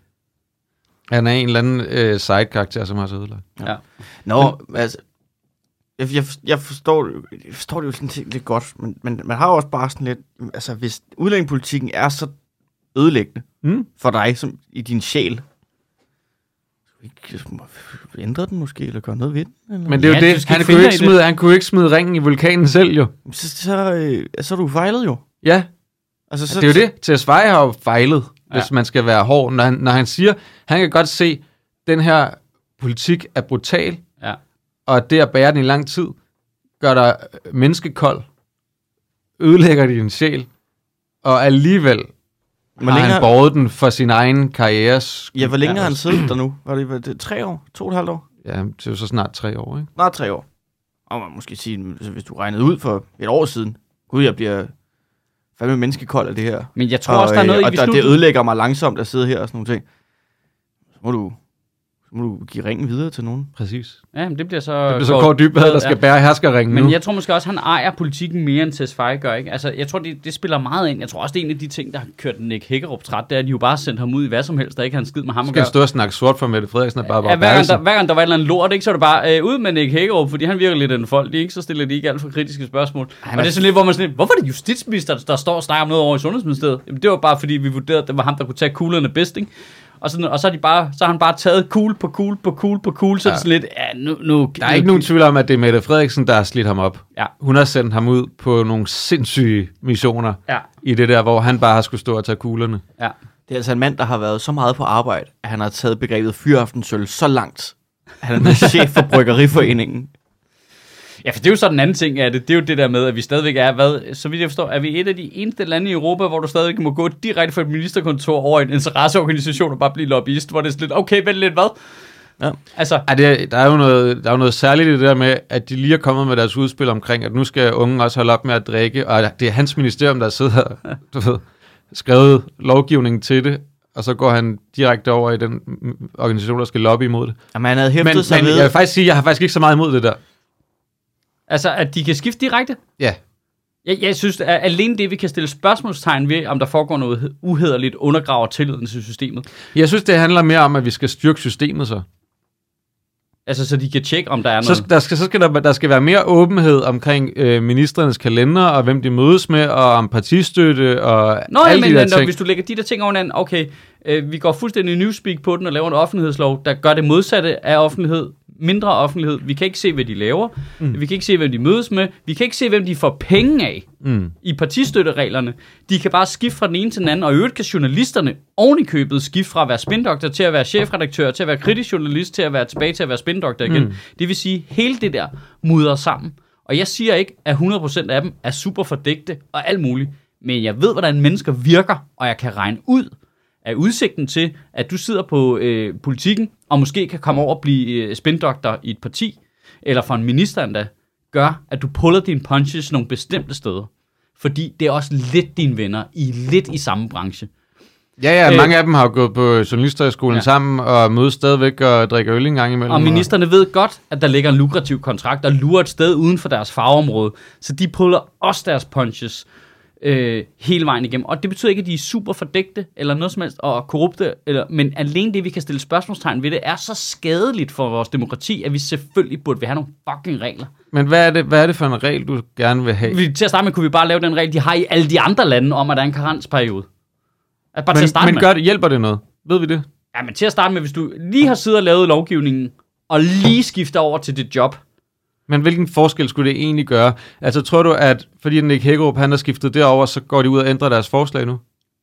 Speaker 1: Han er en eller anden øh, side-karakter, som har så ødelagt.
Speaker 2: Ja.
Speaker 3: Nå, altså, jeg, jeg, jeg, forstår, det jo- jeg forstår det jo sådan set lidt godt, men, men man har jo også bare sådan lidt, altså hvis udlændingepolitikken er så ødelæggende
Speaker 1: Mm.
Speaker 3: for dig som, i din sjæl, ændre den måske, eller gøre noget ved den? Eller?
Speaker 1: Men det er jo
Speaker 2: Ja,
Speaker 1: ja,
Speaker 2: du
Speaker 1: det.
Speaker 2: skal
Speaker 1: Han
Speaker 2: ikke
Speaker 1: kunne,
Speaker 2: finde
Speaker 1: ikke
Speaker 2: dig i
Speaker 1: smide, han kunne ikke smide ringen i vulkanen selv, jo.
Speaker 3: Men så, så, øh, så er du fejlet jo.
Speaker 1: Ja,
Speaker 3: Altså, så,
Speaker 1: det er jo det. Til Sveje har jo fejlet, ja.
Speaker 2: Ja.
Speaker 1: hvis man skal være hård. Når han, når han siger, han kan godt se, den her politik er brutal,
Speaker 2: Ja.
Speaker 1: og at det at bære den i lang tid, gør dig øh, menneskekold, ødelægger din sjæl, og alligevel
Speaker 3: Hvor
Speaker 1: har
Speaker 3: længe,
Speaker 1: han
Speaker 3: har,
Speaker 1: båret den for sin egen karrieres
Speaker 3: ja, hvor længe
Speaker 1: Ja.
Speaker 3: har han siddet der nu? Var det, var det tre år? To og et halvt år?
Speaker 1: Ja, det er jo så snart tre år, ikke?
Speaker 3: Nej, tre år. Og man måske sige, altså, hvis du regnede ud for et år siden, gud, jeg bliver fandme menneskekold af det her.
Speaker 2: Men jeg tror også, der er noget
Speaker 3: øh,
Speaker 2: i,
Speaker 3: og
Speaker 2: hvis
Speaker 3: der,
Speaker 2: nu
Speaker 3: det
Speaker 2: du-
Speaker 3: ødelægger mig langsomt at sidde her og sådan nogle ting. Så må du, så må du give ringen videre til nogen.
Speaker 1: Præcis.
Speaker 2: Ja, men det bliver så...
Speaker 1: Det er så Kåre Dybvad, der skal Mm. bære herskerringen nu.
Speaker 2: Men jeg tror måske også, han ejer politikken mere end Tesfaye gør, ikke? Altså, jeg tror, det, det spiller meget ind. Jeg tror også, det er en af de ting, der har kørt Nick Hækkerup træt, det er, at de jo bare sendte ham ud i hvad som helst, der ikke har en skid med ham at
Speaker 1: skal
Speaker 2: gøre.
Speaker 1: han stå og snakke sort for Mette Frederiksen og bare
Speaker 2: Ja,
Speaker 1: bare
Speaker 2: hver, gang der, hver gang der var et eller andet lort, ikke, så er det bare øh, ud med Nick Hækkerup, fordi han virker lidt en folk, ikke, så stiller de ikke alt for kritiske spørgsmål. og det er sådan lidt, hvor man sådan lidt, hvorfor er det justitsminister, der står og snakker om noget over i Sundhedsministeriet? Jamen, det var bare, fordi vi vurderede, at det var ham, der kunne tage kuglerne bedst, ikke? Og, sådan, og så, er de bare, så har han bare taget kugle på kugle på kugle på kugle, så ja. det er sådan lidt, ja, nu, nu,
Speaker 1: Der er ikke nogen tvivl om, at det er Mette Frederiksen, der har slidt ham op.
Speaker 2: Ja.
Speaker 1: Hun har sendt ham ud på nogle sindssyge missioner
Speaker 2: Ja,
Speaker 1: i det der, hvor han bare har skulle stå og tage kuglerne.
Speaker 2: ja.
Speaker 3: Det er altså en mand, der har været så meget på arbejde, at han har taget begrebet fyraftensøl så langt, at han er (laughs) blevet chef for Bryggeriforeningen.
Speaker 2: Ja, for det er jo så den anden ting af det. Det er jo det der med, at vi stadigvæk er, hvad, så vidt jeg forstår, er vi et af de eneste lande i Europa, hvor du stadigvæk må gå direkte fra et ministerkontor over i en interesseorganisation og bare blive lobbyist, hvor det er sådan lidt, okay, vent lidt, hvad?
Speaker 3: Ja.
Speaker 2: Altså,
Speaker 1: Ja, det, der, er jo noget, der er jo noget særligt i det der med, at de lige er kommet med deres udspil omkring, at nu skal unge også holde op med at drikke, og det er hans ministerium, der sidder og du ved, skrevet lovgivningen til det, og så går han direkte over i den mm, organisation, der skal lobby imod det.
Speaker 3: Jamen, han havde
Speaker 1: Men,
Speaker 3: hæftet sig
Speaker 1: men
Speaker 3: ved...
Speaker 1: jeg vil faktisk sige, at jeg har faktisk ikke så meget imod det der.
Speaker 2: altså, at de kan skifte direkte?
Speaker 1: Ja,
Speaker 2: Jeg, jeg synes, at alene det, vi kan stille spørgsmålstegn ved, om der foregår noget uhederligt, undergraver tilliden til systemet.
Speaker 1: jeg synes, det handler mere om, at vi skal styrke systemet så.
Speaker 2: Altså, så de kan tjekke, om der er
Speaker 1: Så,
Speaker 2: noget.
Speaker 1: skal- der skal, så skal der, der skal være mere åbenhed omkring øh, ministerens kalender, og hvem de mødes med, og om partistøtte, og
Speaker 2: Nå, ja,
Speaker 1: alle
Speaker 2: men,
Speaker 1: de der
Speaker 2: men når,
Speaker 1: ting.
Speaker 2: hvis du lægger de der ting oven hinanden, okay, øh, vi går fuldstændig newspeak på den og laver en offentlighedslov, der gør det modsatte af offentlighed, mindre offentlighed. Vi kan ikke se, hvad de laver. Mm. Vi kan ikke se, hvem de mødes med. Vi kan ikke se, hvem de får penge af
Speaker 1: Mm.
Speaker 2: i partistøttereglerne. De kan bare skifte fra den ene til den anden, og i øvrigt kan journalisterne oven i købet skifte fra at være spindoktor til at være chefredaktør, til at være kritisk journalist, til at være tilbage til at være spindoktor igen. Mm. Det vil sige, hele det der mudrer sammen. Og jeg siger ikke, at 100% af dem er super fordægte og alt muligt, men jeg ved, hvordan mennesker virker, og jeg kan regne ud af udsigten til, at du sidder på øh, politikken, og måske kan komme over og blive øh, spindoktor i et parti, eller for en minister endda, gør, at du puller dine punches nogle bestemte steder. Fordi det er også lidt dine venner. I er lidt i samme branche.
Speaker 1: Ja, ja,
Speaker 2: Øh,
Speaker 1: mange af dem har jo gået på journalisterskolen ja.
Speaker 2: Ja.
Speaker 1: sammen og mødes stadigvæk og drikker øl en gang imellem.
Speaker 2: Og ministerne ved godt, at der ligger en lukrativ kontrakt og lurer et sted uden for deres fagområde. Så de puller også deres punches øh, hele vejen igennem. Og det betyder ikke, at de er super fordægte eller noget som helst og korrupte. Eller, men alene det, vi kan stille spørgsmålstegn ved det, er så skadeligt for vores demokrati, at vi selvfølgelig burde vi have nogle fucking regler.
Speaker 1: Men hvad er, det, hvad er det for en regel, du gerne vil have?
Speaker 2: Vi, til at starte med kunne vi bare lave den regel, de har i alle de andre lande om, at der er en karensperiode. At bare til at starte
Speaker 1: Men, men
Speaker 2: med.
Speaker 1: gør det, hjælper det noget? Ved vi det?
Speaker 2: Ja, men til at starte med, hvis du lige har siddet og lavet lovgivningen, og lige skifter over til dit job.
Speaker 1: Men hvilken forskel skulle det egentlig gøre? Altså tror du, at fordi Nick Hækkerup han har skiftet derover, så går de ud og ændrer deres forslag nu?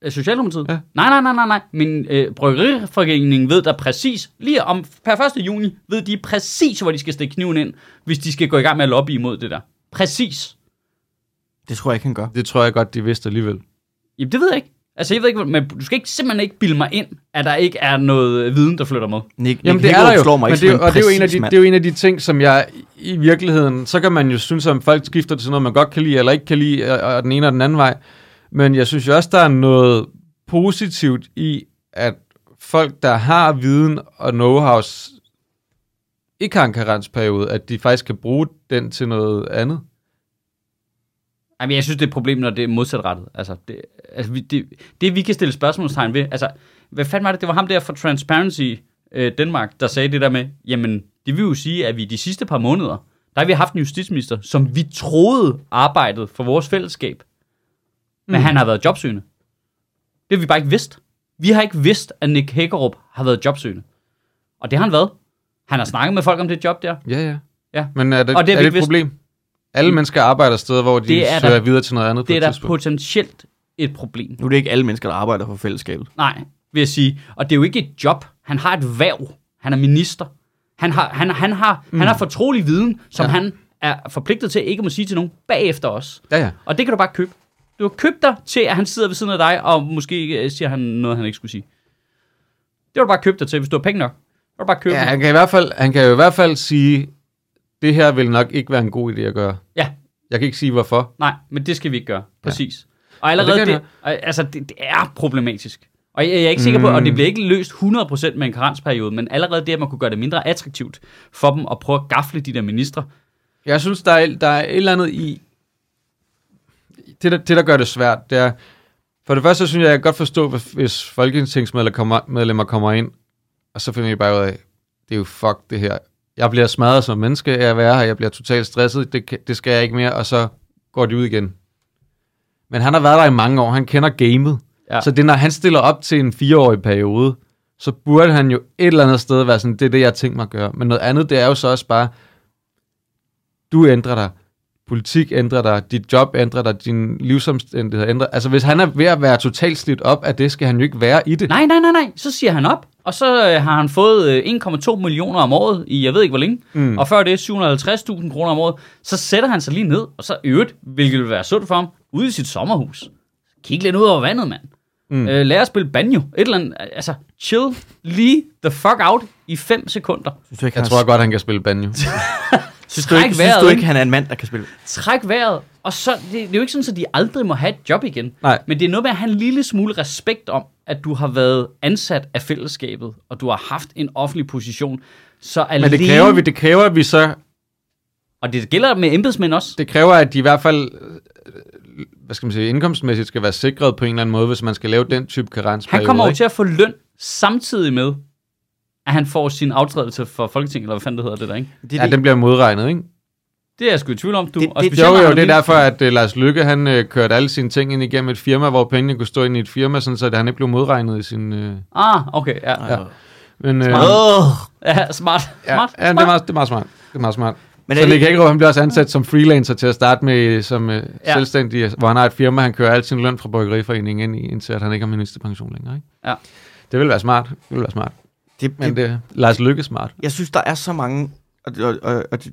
Speaker 2: Øh, Socialdemokratiet?
Speaker 1: Ja.
Speaker 2: Ja. Nej, nej, nej, nej, nej. Men øh, Bryggeriforeningen ved der præcis, lige om per 1. juni, ved de præcis, hvor de skal stikke kniven ind, hvis de skal gå i gang med at lobby imod det der. Præcis.
Speaker 3: Det tror jeg ikke, han gør.
Speaker 1: Det tror jeg godt, de vidste alligevel.
Speaker 2: Jamen, det ved jeg ikke. Altså, jeg ved ikke, men du skal ikke, simpelthen ikke bilde mig ind, at der ikke er noget øh, viden, der flytter med.
Speaker 3: Nick,
Speaker 1: Jamen
Speaker 3: Nick
Speaker 1: det er
Speaker 3: Hækkerup
Speaker 1: der jo,
Speaker 3: slår mig
Speaker 1: men
Speaker 3: ikke
Speaker 1: det er, jo- og
Speaker 3: som
Speaker 1: det er, jo en af
Speaker 3: præcis
Speaker 1: de,
Speaker 3: mand.
Speaker 1: det er jo en af de ting, som jeg i virkeligheden, så kan man jo synes, at folk skifter til noget, man godt kan lide, eller ikke kan lide, og, og den ene og den anden vej. Men jeg synes jo også, der er noget positivt i, at folk, der har viden og know-how, s- ikke har en karensperiode, at de faktisk kan bruge den til noget andet.
Speaker 2: Jamen, jeg synes, det er et problem, når det er modsatrettet. Altså, det, altså vi, det, det, vi kan stille spørgsmålstegn ved, altså, hvad fanden var det? Det var ham der fra Transparency øh, Danmark, der sagde det der med, jamen, det vil jo sige, at vi de sidste par måneder, der har vi haft en justitsminister, som vi troede arbejdede for vores fællesskab. Men
Speaker 1: Mm.
Speaker 2: han har været jobsøgende. Det har vi bare ikke vidst. Vi har ikke vidst, at Nick Hækkerup har været jobsøgende. Og det har han været. Han har snakket med folk om det job der.
Speaker 1: Ja, ja.
Speaker 2: Ja.
Speaker 1: Men er det,
Speaker 2: Og
Speaker 1: og
Speaker 2: det
Speaker 1: det
Speaker 2: har
Speaker 1: er, det
Speaker 2: vi ikke
Speaker 1: et
Speaker 2: vidst.
Speaker 1: problem? Alle mennesker arbejder steder, hvor de
Speaker 2: Det er
Speaker 1: søger
Speaker 2: der-
Speaker 1: videre til noget andet på
Speaker 2: Det er
Speaker 1: et
Speaker 2: da
Speaker 1: tidspunkt.
Speaker 2: potentielt et problem.
Speaker 3: Nu er det ikke alle mennesker, der arbejder for fællesskabet.
Speaker 2: Nej, vil jeg sige. Og det er jo ikke et job. Han har et værv. Han er minister. Han har, han, han har, mm. han har fortrolig viden, som ja.
Speaker 1: Ja.
Speaker 2: han er forpligtet til ikke må sige til nogen bagefter os.
Speaker 1: Ja, ja.
Speaker 2: Og det kan du bare købe. Du har købt dig til, at han sidder ved siden af dig, og måske øh, siger han noget, han ikke skulle sige. Det har du bare købt dig til, hvis du har penge nok. Det har du bare købt
Speaker 1: ja
Speaker 2: ja.
Speaker 1: han, kan i hvert fald, han kan jo i hvert fald sige, det her vil nok ikke være en god idé at gøre.
Speaker 2: ja,
Speaker 1: Jeg kan ikke sige, hvorfor.
Speaker 2: nej, men det skal vi ikke gøre. Præcis. Og allerede
Speaker 1: kan
Speaker 2: det,
Speaker 1: jeg
Speaker 2: det altså, det, det er problematisk. Og jeg, jeg er ikke sikker på, og det bliver ikke løst 100% med en karensperiode, men allerede det, at man kunne gøre det mindre attraktivt for dem at prøve at gafle de der ministre.
Speaker 1: Jeg synes, der er, der er et eller andet i... Det der, det, der gør det svært, det er... For det første, så synes jeg, jeg kan godt forstå, hvis- hvis folketingsmedlemmer kommer, medlemmer kommer ind, og så finder jeg bare ud af, det er jo fuck det her. Jeg bliver smadret som menneske af at være her, jeg bliver totalt stresset, det, kan- det skal jeg ikke mere, og så går de ud igen. Men han har været der i mange år, han kender gamet.
Speaker 2: Ja.
Speaker 1: Ja. Så det, når han stiller op til en fireårig periode, så burde han jo et eller andet sted være sådan, det er det, jeg har tænkt mig at gøre. Men noget andet, det er jo så også bare, du ændrer dig, politik ændrer dig, dit job ændrer dig, din livsomstændigheder ændrer Altså hvis han er ved at være totalt slidt op af det, skal han jo ikke være i det.
Speaker 2: Nej, nej, nej, nej. Så siger han op, og så øh, har han fået øh, 1,2 millioner om året i jeg ved ikke hvor længe. Mm. Og før det 750.000 kroner om året. Så sætter han sig lige ned, og så i øvrigt, hvilket vil være sundt for ham, ude i sit sommerhus. Kig lidt ud over vandet, mand. Mm. Øh, lad os spille banjo. Et eller andet. Altså, chill lige the fuck out i 5 sekunder.
Speaker 3: Synes du ikke,
Speaker 1: Jeg
Speaker 3: han
Speaker 1: tror godt, han kan spille banjo.
Speaker 3: synes du,
Speaker 2: træk
Speaker 3: ikke, synes
Speaker 2: vejret,
Speaker 3: du
Speaker 2: ikke?
Speaker 3: ikke, han er en mand, der kan spille?
Speaker 2: Træk vejret. Og så, det, det er jo ikke sådan, at de aldrig må have et job igen.
Speaker 1: Nej.
Speaker 2: Men det er noget med at have en lille smule respekt om, at du har været ansat af fællesskabet, og du har haft en offentlig position. Så alene,
Speaker 1: Men det kræver, vi, det kræver, at vi så,
Speaker 2: Og det gælder med embedsmænd også.
Speaker 1: det kræver, at de i hvert fald, øh, hvad skal man sige, indkomstmæssigt skal være sikret på en eller anden måde, hvis man skal lave den type karensperiode.
Speaker 2: Han kommer jo
Speaker 1: ikke?
Speaker 2: til at få løn samtidig med, at han får sin aftrædelse for Folketinget, eller hvad fanden det hedder det der, ikke?
Speaker 3: Det er
Speaker 1: Ja, den bliver modregnet, ikke?
Speaker 2: Det er jeg sgu i tvivl om, du.
Speaker 3: Det-
Speaker 2: og
Speaker 3: det-
Speaker 2: specielt,
Speaker 1: Jo,
Speaker 2: når
Speaker 1: jo,
Speaker 2: han
Speaker 1: det er
Speaker 2: lille.
Speaker 1: derfor, at uh, Lars Lykke, han uh, kørte alle sine ting ind igennem et firma, hvor pengene kunne stå ind i et firma, sådan, så at han ikke blev modregnet i sin... Uh,
Speaker 2: Ah, okay, ja.
Speaker 1: ja. Men, uh,
Speaker 3: Åh!
Speaker 2: Ja, smart.
Speaker 1: Ja,
Speaker 2: smart.
Speaker 1: ja det, er meget, det er meget smart. Det er meget smart.
Speaker 3: Men
Speaker 1: Men
Speaker 3: er
Speaker 1: så
Speaker 3: det-
Speaker 1: Nick Hagerup, han bliver også ansat som freelancer til at starte med som øh,
Speaker 2: Ja.
Speaker 1: ja. selvstændig, hvor han har et firma, han kører al sin løn fra Bryggeriforeningen ind i, indtil at han ikke har ministerpension længere. Ikke?
Speaker 2: Ja.
Speaker 1: Det vil være smart. Det vil være smart.
Speaker 3: Det, det,
Speaker 1: Men det, det Lars Lykke er smart.
Speaker 3: Jeg synes, der er så mange... Og, og, og, og det,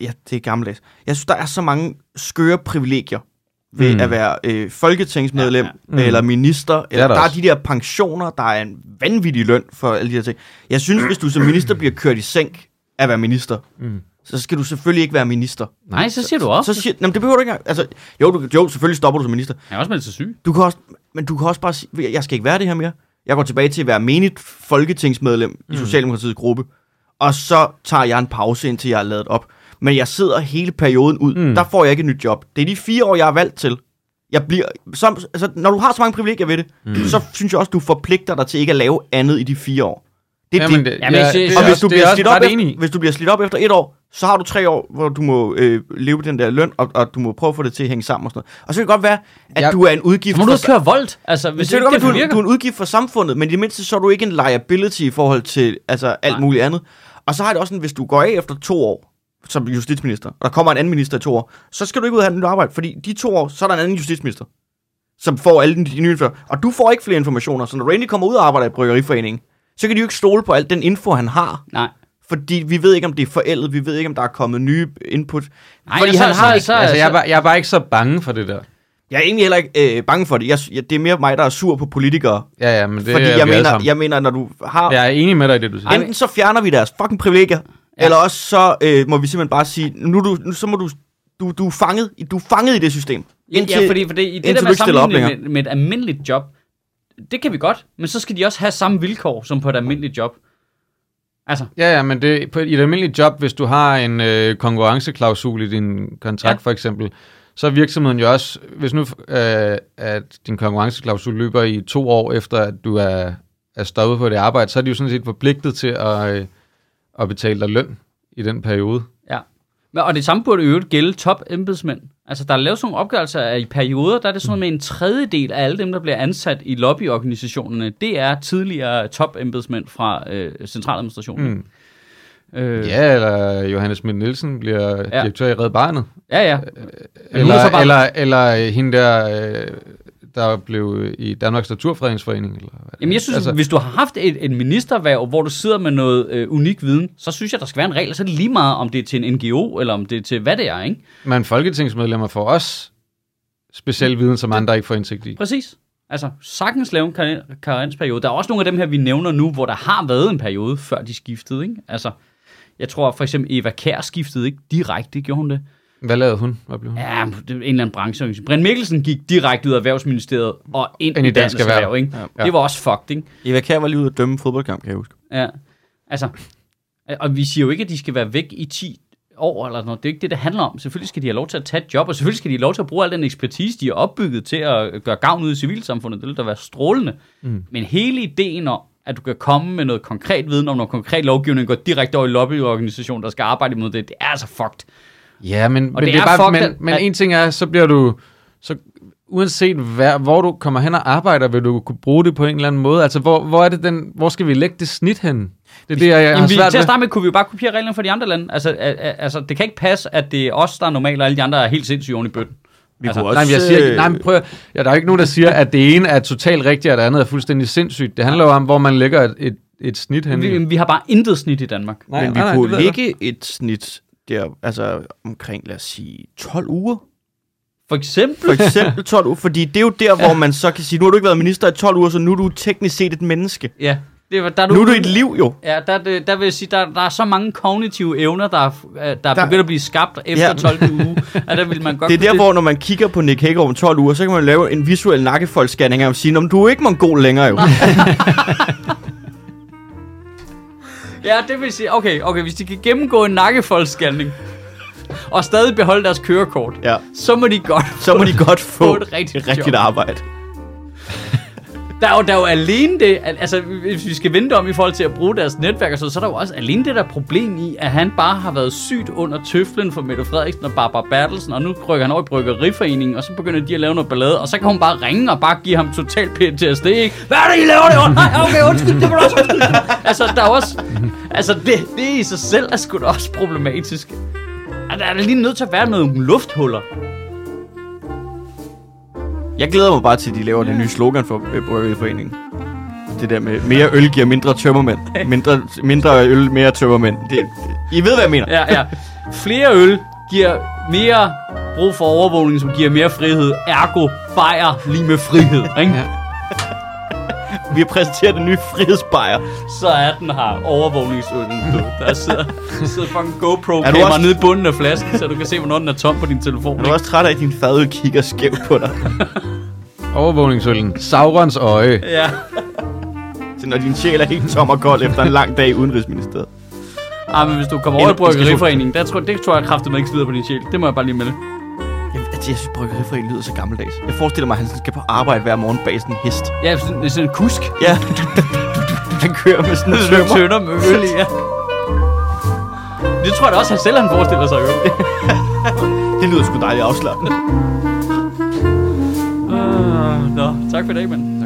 Speaker 3: ja, det er gammeldags. Jeg synes, der er så mange skøre privilegier ved mm.
Speaker 1: Mm.
Speaker 3: at være øh, folketingsmedlem
Speaker 2: Ja, Mm.
Speaker 3: ja, ja. eller minister. Eller,
Speaker 1: er der
Speaker 3: der er
Speaker 1: også.
Speaker 3: de der pensioner, der er en vanvittig løn for alle de her ting. Jeg synes, hvis du som minister bliver kørt i sænk af at være minister,
Speaker 1: Mm.
Speaker 3: så skal du selvfølgelig ikke være minister.
Speaker 2: Nej, så siger du op.
Speaker 3: Så siger, jamen, det behøver du ikke engang. Altså, jo, du, jo, selvfølgelig stopper du som minister.
Speaker 2: Han er også meldt sig syg.
Speaker 3: Du kan også, men du kan også bare sige, jeg skal ikke være det her mere. Jeg går tilbage til at være menigt folketingsmedlem mm. i Socialdemokratiets gruppe, og så tager jeg en pause, indtil jeg er lavet op. Men jeg sidder hele perioden ud. Mm. Der får jeg ikke et nyt job. Det er de fire år, jeg er valgt til. Jeg bliver, som, altså, når du har så mange privilegier ved det, mm. så synes jeg også, du forpligter dig til ikke at lave andet i de fire år. Det er det.
Speaker 1: det,
Speaker 2: Jamen, jeg-
Speaker 1: det er
Speaker 3: Og hvis
Speaker 1: også-
Speaker 3: du,
Speaker 1: det er
Speaker 3: bliver
Speaker 1: jeg
Speaker 3: slidt
Speaker 1: også
Speaker 3: op
Speaker 1: ret
Speaker 3: efter,
Speaker 1: enig i.
Speaker 3: hvis du bliver slidt op efter et år, så har du tre år, hvor du må øh, leve den der løn, og, og du må prøve at få det til at hænge sammen og sådan noget. Og så kan det godt være, at
Speaker 1: Ja.
Speaker 3: du er en udgift
Speaker 2: Må du
Speaker 3: for-
Speaker 2: ikke køre voldt? Altså, hvis
Speaker 3: hvis det er
Speaker 2: ikke
Speaker 3: godt,
Speaker 2: det
Speaker 3: at du, du
Speaker 2: virker.
Speaker 3: er en udgift for samfundet, men i det mindste så er du ikke en liability i forhold til altså, alt
Speaker 2: Nej.
Speaker 3: Nej. muligt andet. Og så har jeg det også sådan, hvis du går af efter to år som justitsminister, og der kommer en anden minister i to år, så skal du ikke ud og have et nyt arbejde, fordi de to år, så er der en anden justitsminister, som får alle de, de nye informationer. Og du får ikke flere informationer, så når du endelig kommer ud og arbejder i Bryggeriforeningen, så kan de jo ikke stole på alt den info, han har.
Speaker 2: Nej.
Speaker 3: Fordi vi ved ikke, om det er forældet, vi ved ikke, om der er kommet nye input.
Speaker 2: Nej,
Speaker 3: fordi
Speaker 2: altså,
Speaker 3: han har,
Speaker 2: altså, så-
Speaker 1: Altså, jeg, er
Speaker 2: så-
Speaker 1: bare, jeg er bare ikke så bange for det der.
Speaker 3: jeg er egentlig heller ikke øh, bange for det. Jeg, jeg, det er mere mig, der er sur på politikere,
Speaker 1: Ja, ja, men det
Speaker 3: fordi
Speaker 1: er
Speaker 3: jeg
Speaker 1: vi alle
Speaker 3: mener,
Speaker 1: sammen.
Speaker 3: jeg mener, når du har...
Speaker 1: Jeg er enig med dig i det, du siger.
Speaker 3: Enten så fjerner vi deres fucking privilegier,
Speaker 2: Ja.
Speaker 3: ja. eller også så øh, må vi simpelthen bare sige, nu, er du, nu så må du, du, du, er fanget, i- du er fanget i det system.
Speaker 2: Indtil, ja, fordi, fordi i det
Speaker 3: indtil
Speaker 2: der
Speaker 3: du
Speaker 2: med
Speaker 3: ikke stiller op
Speaker 2: sammenligning med, med et almindeligt job, det kan vi godt, men så skal de også have samme vilkår som på et almindeligt job. Altså,
Speaker 1: Ja, ja, men det, på, i et almindeligt job, hvis du har en øh, konkurrenceklausul i din kontrakt
Speaker 2: Ja.
Speaker 1: ja. for eksempel, så er virksomheden jo også, hvis nu øh, at din konkurrenceklausul løber i to år efter, at du er, er stoppet på det arbejde, så er de jo sådan set forpligtet til at, øh, at betale dig løn i den periode.
Speaker 2: Ja. Men, og det samme burde i øvrigt gælde top embedsmænd. Altså, der er lavet sådan nogle opgørelser at i perioder, der er det sådan noget med en tredjedel af alle dem, der bliver ansat i lobbyorganisationerne, det er tidligere top embedsmænd fra øh, centraladministrationen.
Speaker 1: Mm.
Speaker 2: Øh,
Speaker 1: Ja, eller Johannes Schmidt Nielsen bliver
Speaker 2: ja.
Speaker 1: ja. direktør i Red Barnet.
Speaker 2: ja, ja. Men hun er så
Speaker 1: Eller,
Speaker 2: bare-
Speaker 1: eller, eller hende der, øh, der blev i Danmarks Naturfredningsforening. Eller, hvad det
Speaker 2: Jamen, jeg
Speaker 1: er.
Speaker 2: synes, altså, hvis du har haft et, et ministerværv, hvor du sidder med noget øh, unik viden, så synes jeg, der skal være en regel, og så er det lige meget, om det er til en NGO, eller om det er til hvad det er, ikke?
Speaker 1: Men folketingsmedlemmer får også speciel viden, som andre ikke får indsigt i.
Speaker 2: Præcis. Altså, sagtens lave en kar- karensperiode. Der er også nogle af dem her, vi nævner nu, hvor der har været en periode, før de skiftede, ikke? Altså, jeg tror for eksempel, Eva Kær skiftede ikke direkte, gjorde hun det?
Speaker 1: Hvad lavede hun? Hvad blev hun?
Speaker 2: Ja, det er en eller anden branche. Brian Mikkelsen gik direkte ud af Erhvervsministeriet og ind, ind i Dansk Erhverv, ikke? Ja.
Speaker 1: Ja.
Speaker 2: Det var også fucked, ikke?
Speaker 3: Eva Kær var lige ude at dømme fodboldkamp, kan jeg huske.
Speaker 2: Ja. Altså, og vi siger jo ikke, at de skal være væk i 10 år eller sådan noget. Det er jo ikke det, det handler om. Selvfølgelig skal de have lov til at tage et job, og selvfølgelig skal de have lov til at bruge al den ekspertise, de er opbygget til at øh, gøre gavn ud i civilsamfundet. Det vil da være strålende. Mm. Men hele ideen om, at du kan komme med noget konkret viden om noget konkret lovgivning, går direkte over i lobbyorganisationen, der skal arbejde imod det, det er altså fucked.
Speaker 1: Ja, men, men,
Speaker 2: det
Speaker 1: det er
Speaker 2: er
Speaker 1: bare,
Speaker 2: fucked,
Speaker 1: men,
Speaker 2: at-
Speaker 1: men
Speaker 2: at-
Speaker 1: en ting er, så bliver du... Så uanset hver, hvor du kommer hen og arbejder, vil du kunne bruge det på en eller anden måde. Altså, hvor, hvor, er det den, hvor skal vi lægge det snit hen? Det er det, jeg, jeg har
Speaker 2: Jamen, vi,
Speaker 1: svært
Speaker 2: til at
Speaker 1: ved.
Speaker 2: starte med kunne vi jo bare kopiere reglerne fra de andre lande. Altså, al- al- altså det kan ikke passe, at det er os, der er normale, og alle de andre er helt sindssyge oven i bøtten.
Speaker 3: Vi
Speaker 2: Altså,
Speaker 3: altså, kunne
Speaker 1: Nej,
Speaker 3: også,
Speaker 1: men jeg siger ikke,
Speaker 3: øh,
Speaker 1: nej, men prøv, at- ja, der er jo ikke nogen, der siger, at det ene er totalt rigtigt, og det andet er fuldstændig sindssygt. Det handler jo om, hvor man lægger et, et, et snit hen.
Speaker 2: Vi, vi har bare intet snit i Danmark.
Speaker 1: Nej,
Speaker 3: men vi
Speaker 1: nej, nej, det
Speaker 3: kunne
Speaker 1: ved jeg
Speaker 3: ligge et snit der, altså omkring, lad os sige, 12 uger.
Speaker 2: For eksempel
Speaker 3: For eksempel 12 uger, fordi det er jo
Speaker 1: (laughs)
Speaker 3: der, hvor man så kan sige, nu har du ikke været minister i 12 uger, så nu er du teknisk set et menneske.
Speaker 2: Ja, det var, der er du,
Speaker 3: Nu er du et liv jo.
Speaker 2: Ja, der, er det- der vil jeg sige, der, der er så mange kognitive evner, der, er f- øh, der, der
Speaker 3: Der-
Speaker 2: begynder at blive skabt efter
Speaker 3: Ja.
Speaker 2: 12. uge, at der vil
Speaker 3: (laughs)
Speaker 2: man godt
Speaker 3: Det er der,
Speaker 2: kunne-
Speaker 3: hvor når man kigger på Nick Hager om 12 uger, så kan man lave en visuel nakkefoldsscanning og sige, "Nå, du er ikke mongol længere
Speaker 1: (laughs)
Speaker 3: jo.
Speaker 2: Ja, det vil sige, okay, okay, hvis de kan gennemgå en nakkefoldsscanning, og stadig beholde deres kørekort,
Speaker 3: Ja.
Speaker 2: så må de godt.
Speaker 3: Så må de godt få
Speaker 2: et
Speaker 3: et
Speaker 2: rigtigt
Speaker 3: rigtigt,
Speaker 2: job.
Speaker 3: arbejde.
Speaker 2: Der er, jo, der er jo alene det, al- altså hvis vi skal vente om i forhold til at bruge deres netværk og så, så er der jo også alene det der problem i, at han bare har været sygt under tøflen for Mette Frederiksen og Barbara Bertelsen, og nu rykker han over i Bryggeriforeningen, og så begynder de at lave noget ballade, og så kan hun bare ringe og bare give ham total PTSD, ikke? Hvad er det, I laver det? Oh, nej, okay, undskyld, det var da også undskyld. Altså, der er også, altså det, det i sig selv er sgu da også problematisk. Og der er da lige nødt til at være nogle lufthuller.
Speaker 3: Jeg glæder mig bare til, at de laver det nye slogan for øh, Bryggeriforeningen. Det der med mere øl giver mindre tømmermænd. Mindre, mindre øl, mere tømmermænd. Det, det, I ved, hvad jeg mener.
Speaker 2: Ja, ja. Flere øl giver mere brug for overvågning, som giver mere frihed. Ergo, bajer lige med frihed, ikke? Ja.
Speaker 1: Ja.
Speaker 3: Vi præsenterer den nye frihedsbajer.
Speaker 2: Så er den her overvågningsøllen, du. Der sidder, sidder fucking
Speaker 3: Er du
Speaker 2: GoPro-kamera
Speaker 3: også-
Speaker 2: nede i bunden af flasken, så du kan se, hvornår den er tom på din telefon.
Speaker 3: Er du
Speaker 2: Ikke?
Speaker 3: også træt af, at din fadøl kigger skævt på dig?
Speaker 1: Overvågningsøllen. Saurons øje.
Speaker 2: Ja.
Speaker 3: Så når din sjæl er helt tom og kold efter en lang dag i Udenrigsministeriet.
Speaker 2: Ej, Ah, men hvis du kommer over i
Speaker 3: Eller-
Speaker 2: Bryggeriforeningen, der tror, det tror jeg kraftigt ikke slider på din sjæl. Det må jeg bare lige melde.
Speaker 3: Jeg, altså, jeg synes, Bryggeriforeningen lyder så gammeldags. Jeg forestiller mig, at han skal på arbejde hver morgen bag sådan en hest.
Speaker 2: Ja, sådan, (laughs) det er sådan en kusk.
Speaker 3: Ja. Han kører med (laughs) sådan en
Speaker 2: Tømmer.
Speaker 3: tømmer.
Speaker 2: Tønder med øl, i, ja. Det tror jeg da også, han selv han forestiller sig jo.
Speaker 3: Det lyder sgu dejligt afslappende.
Speaker 2: Uh, Ah, nå, tak for i dag, mand.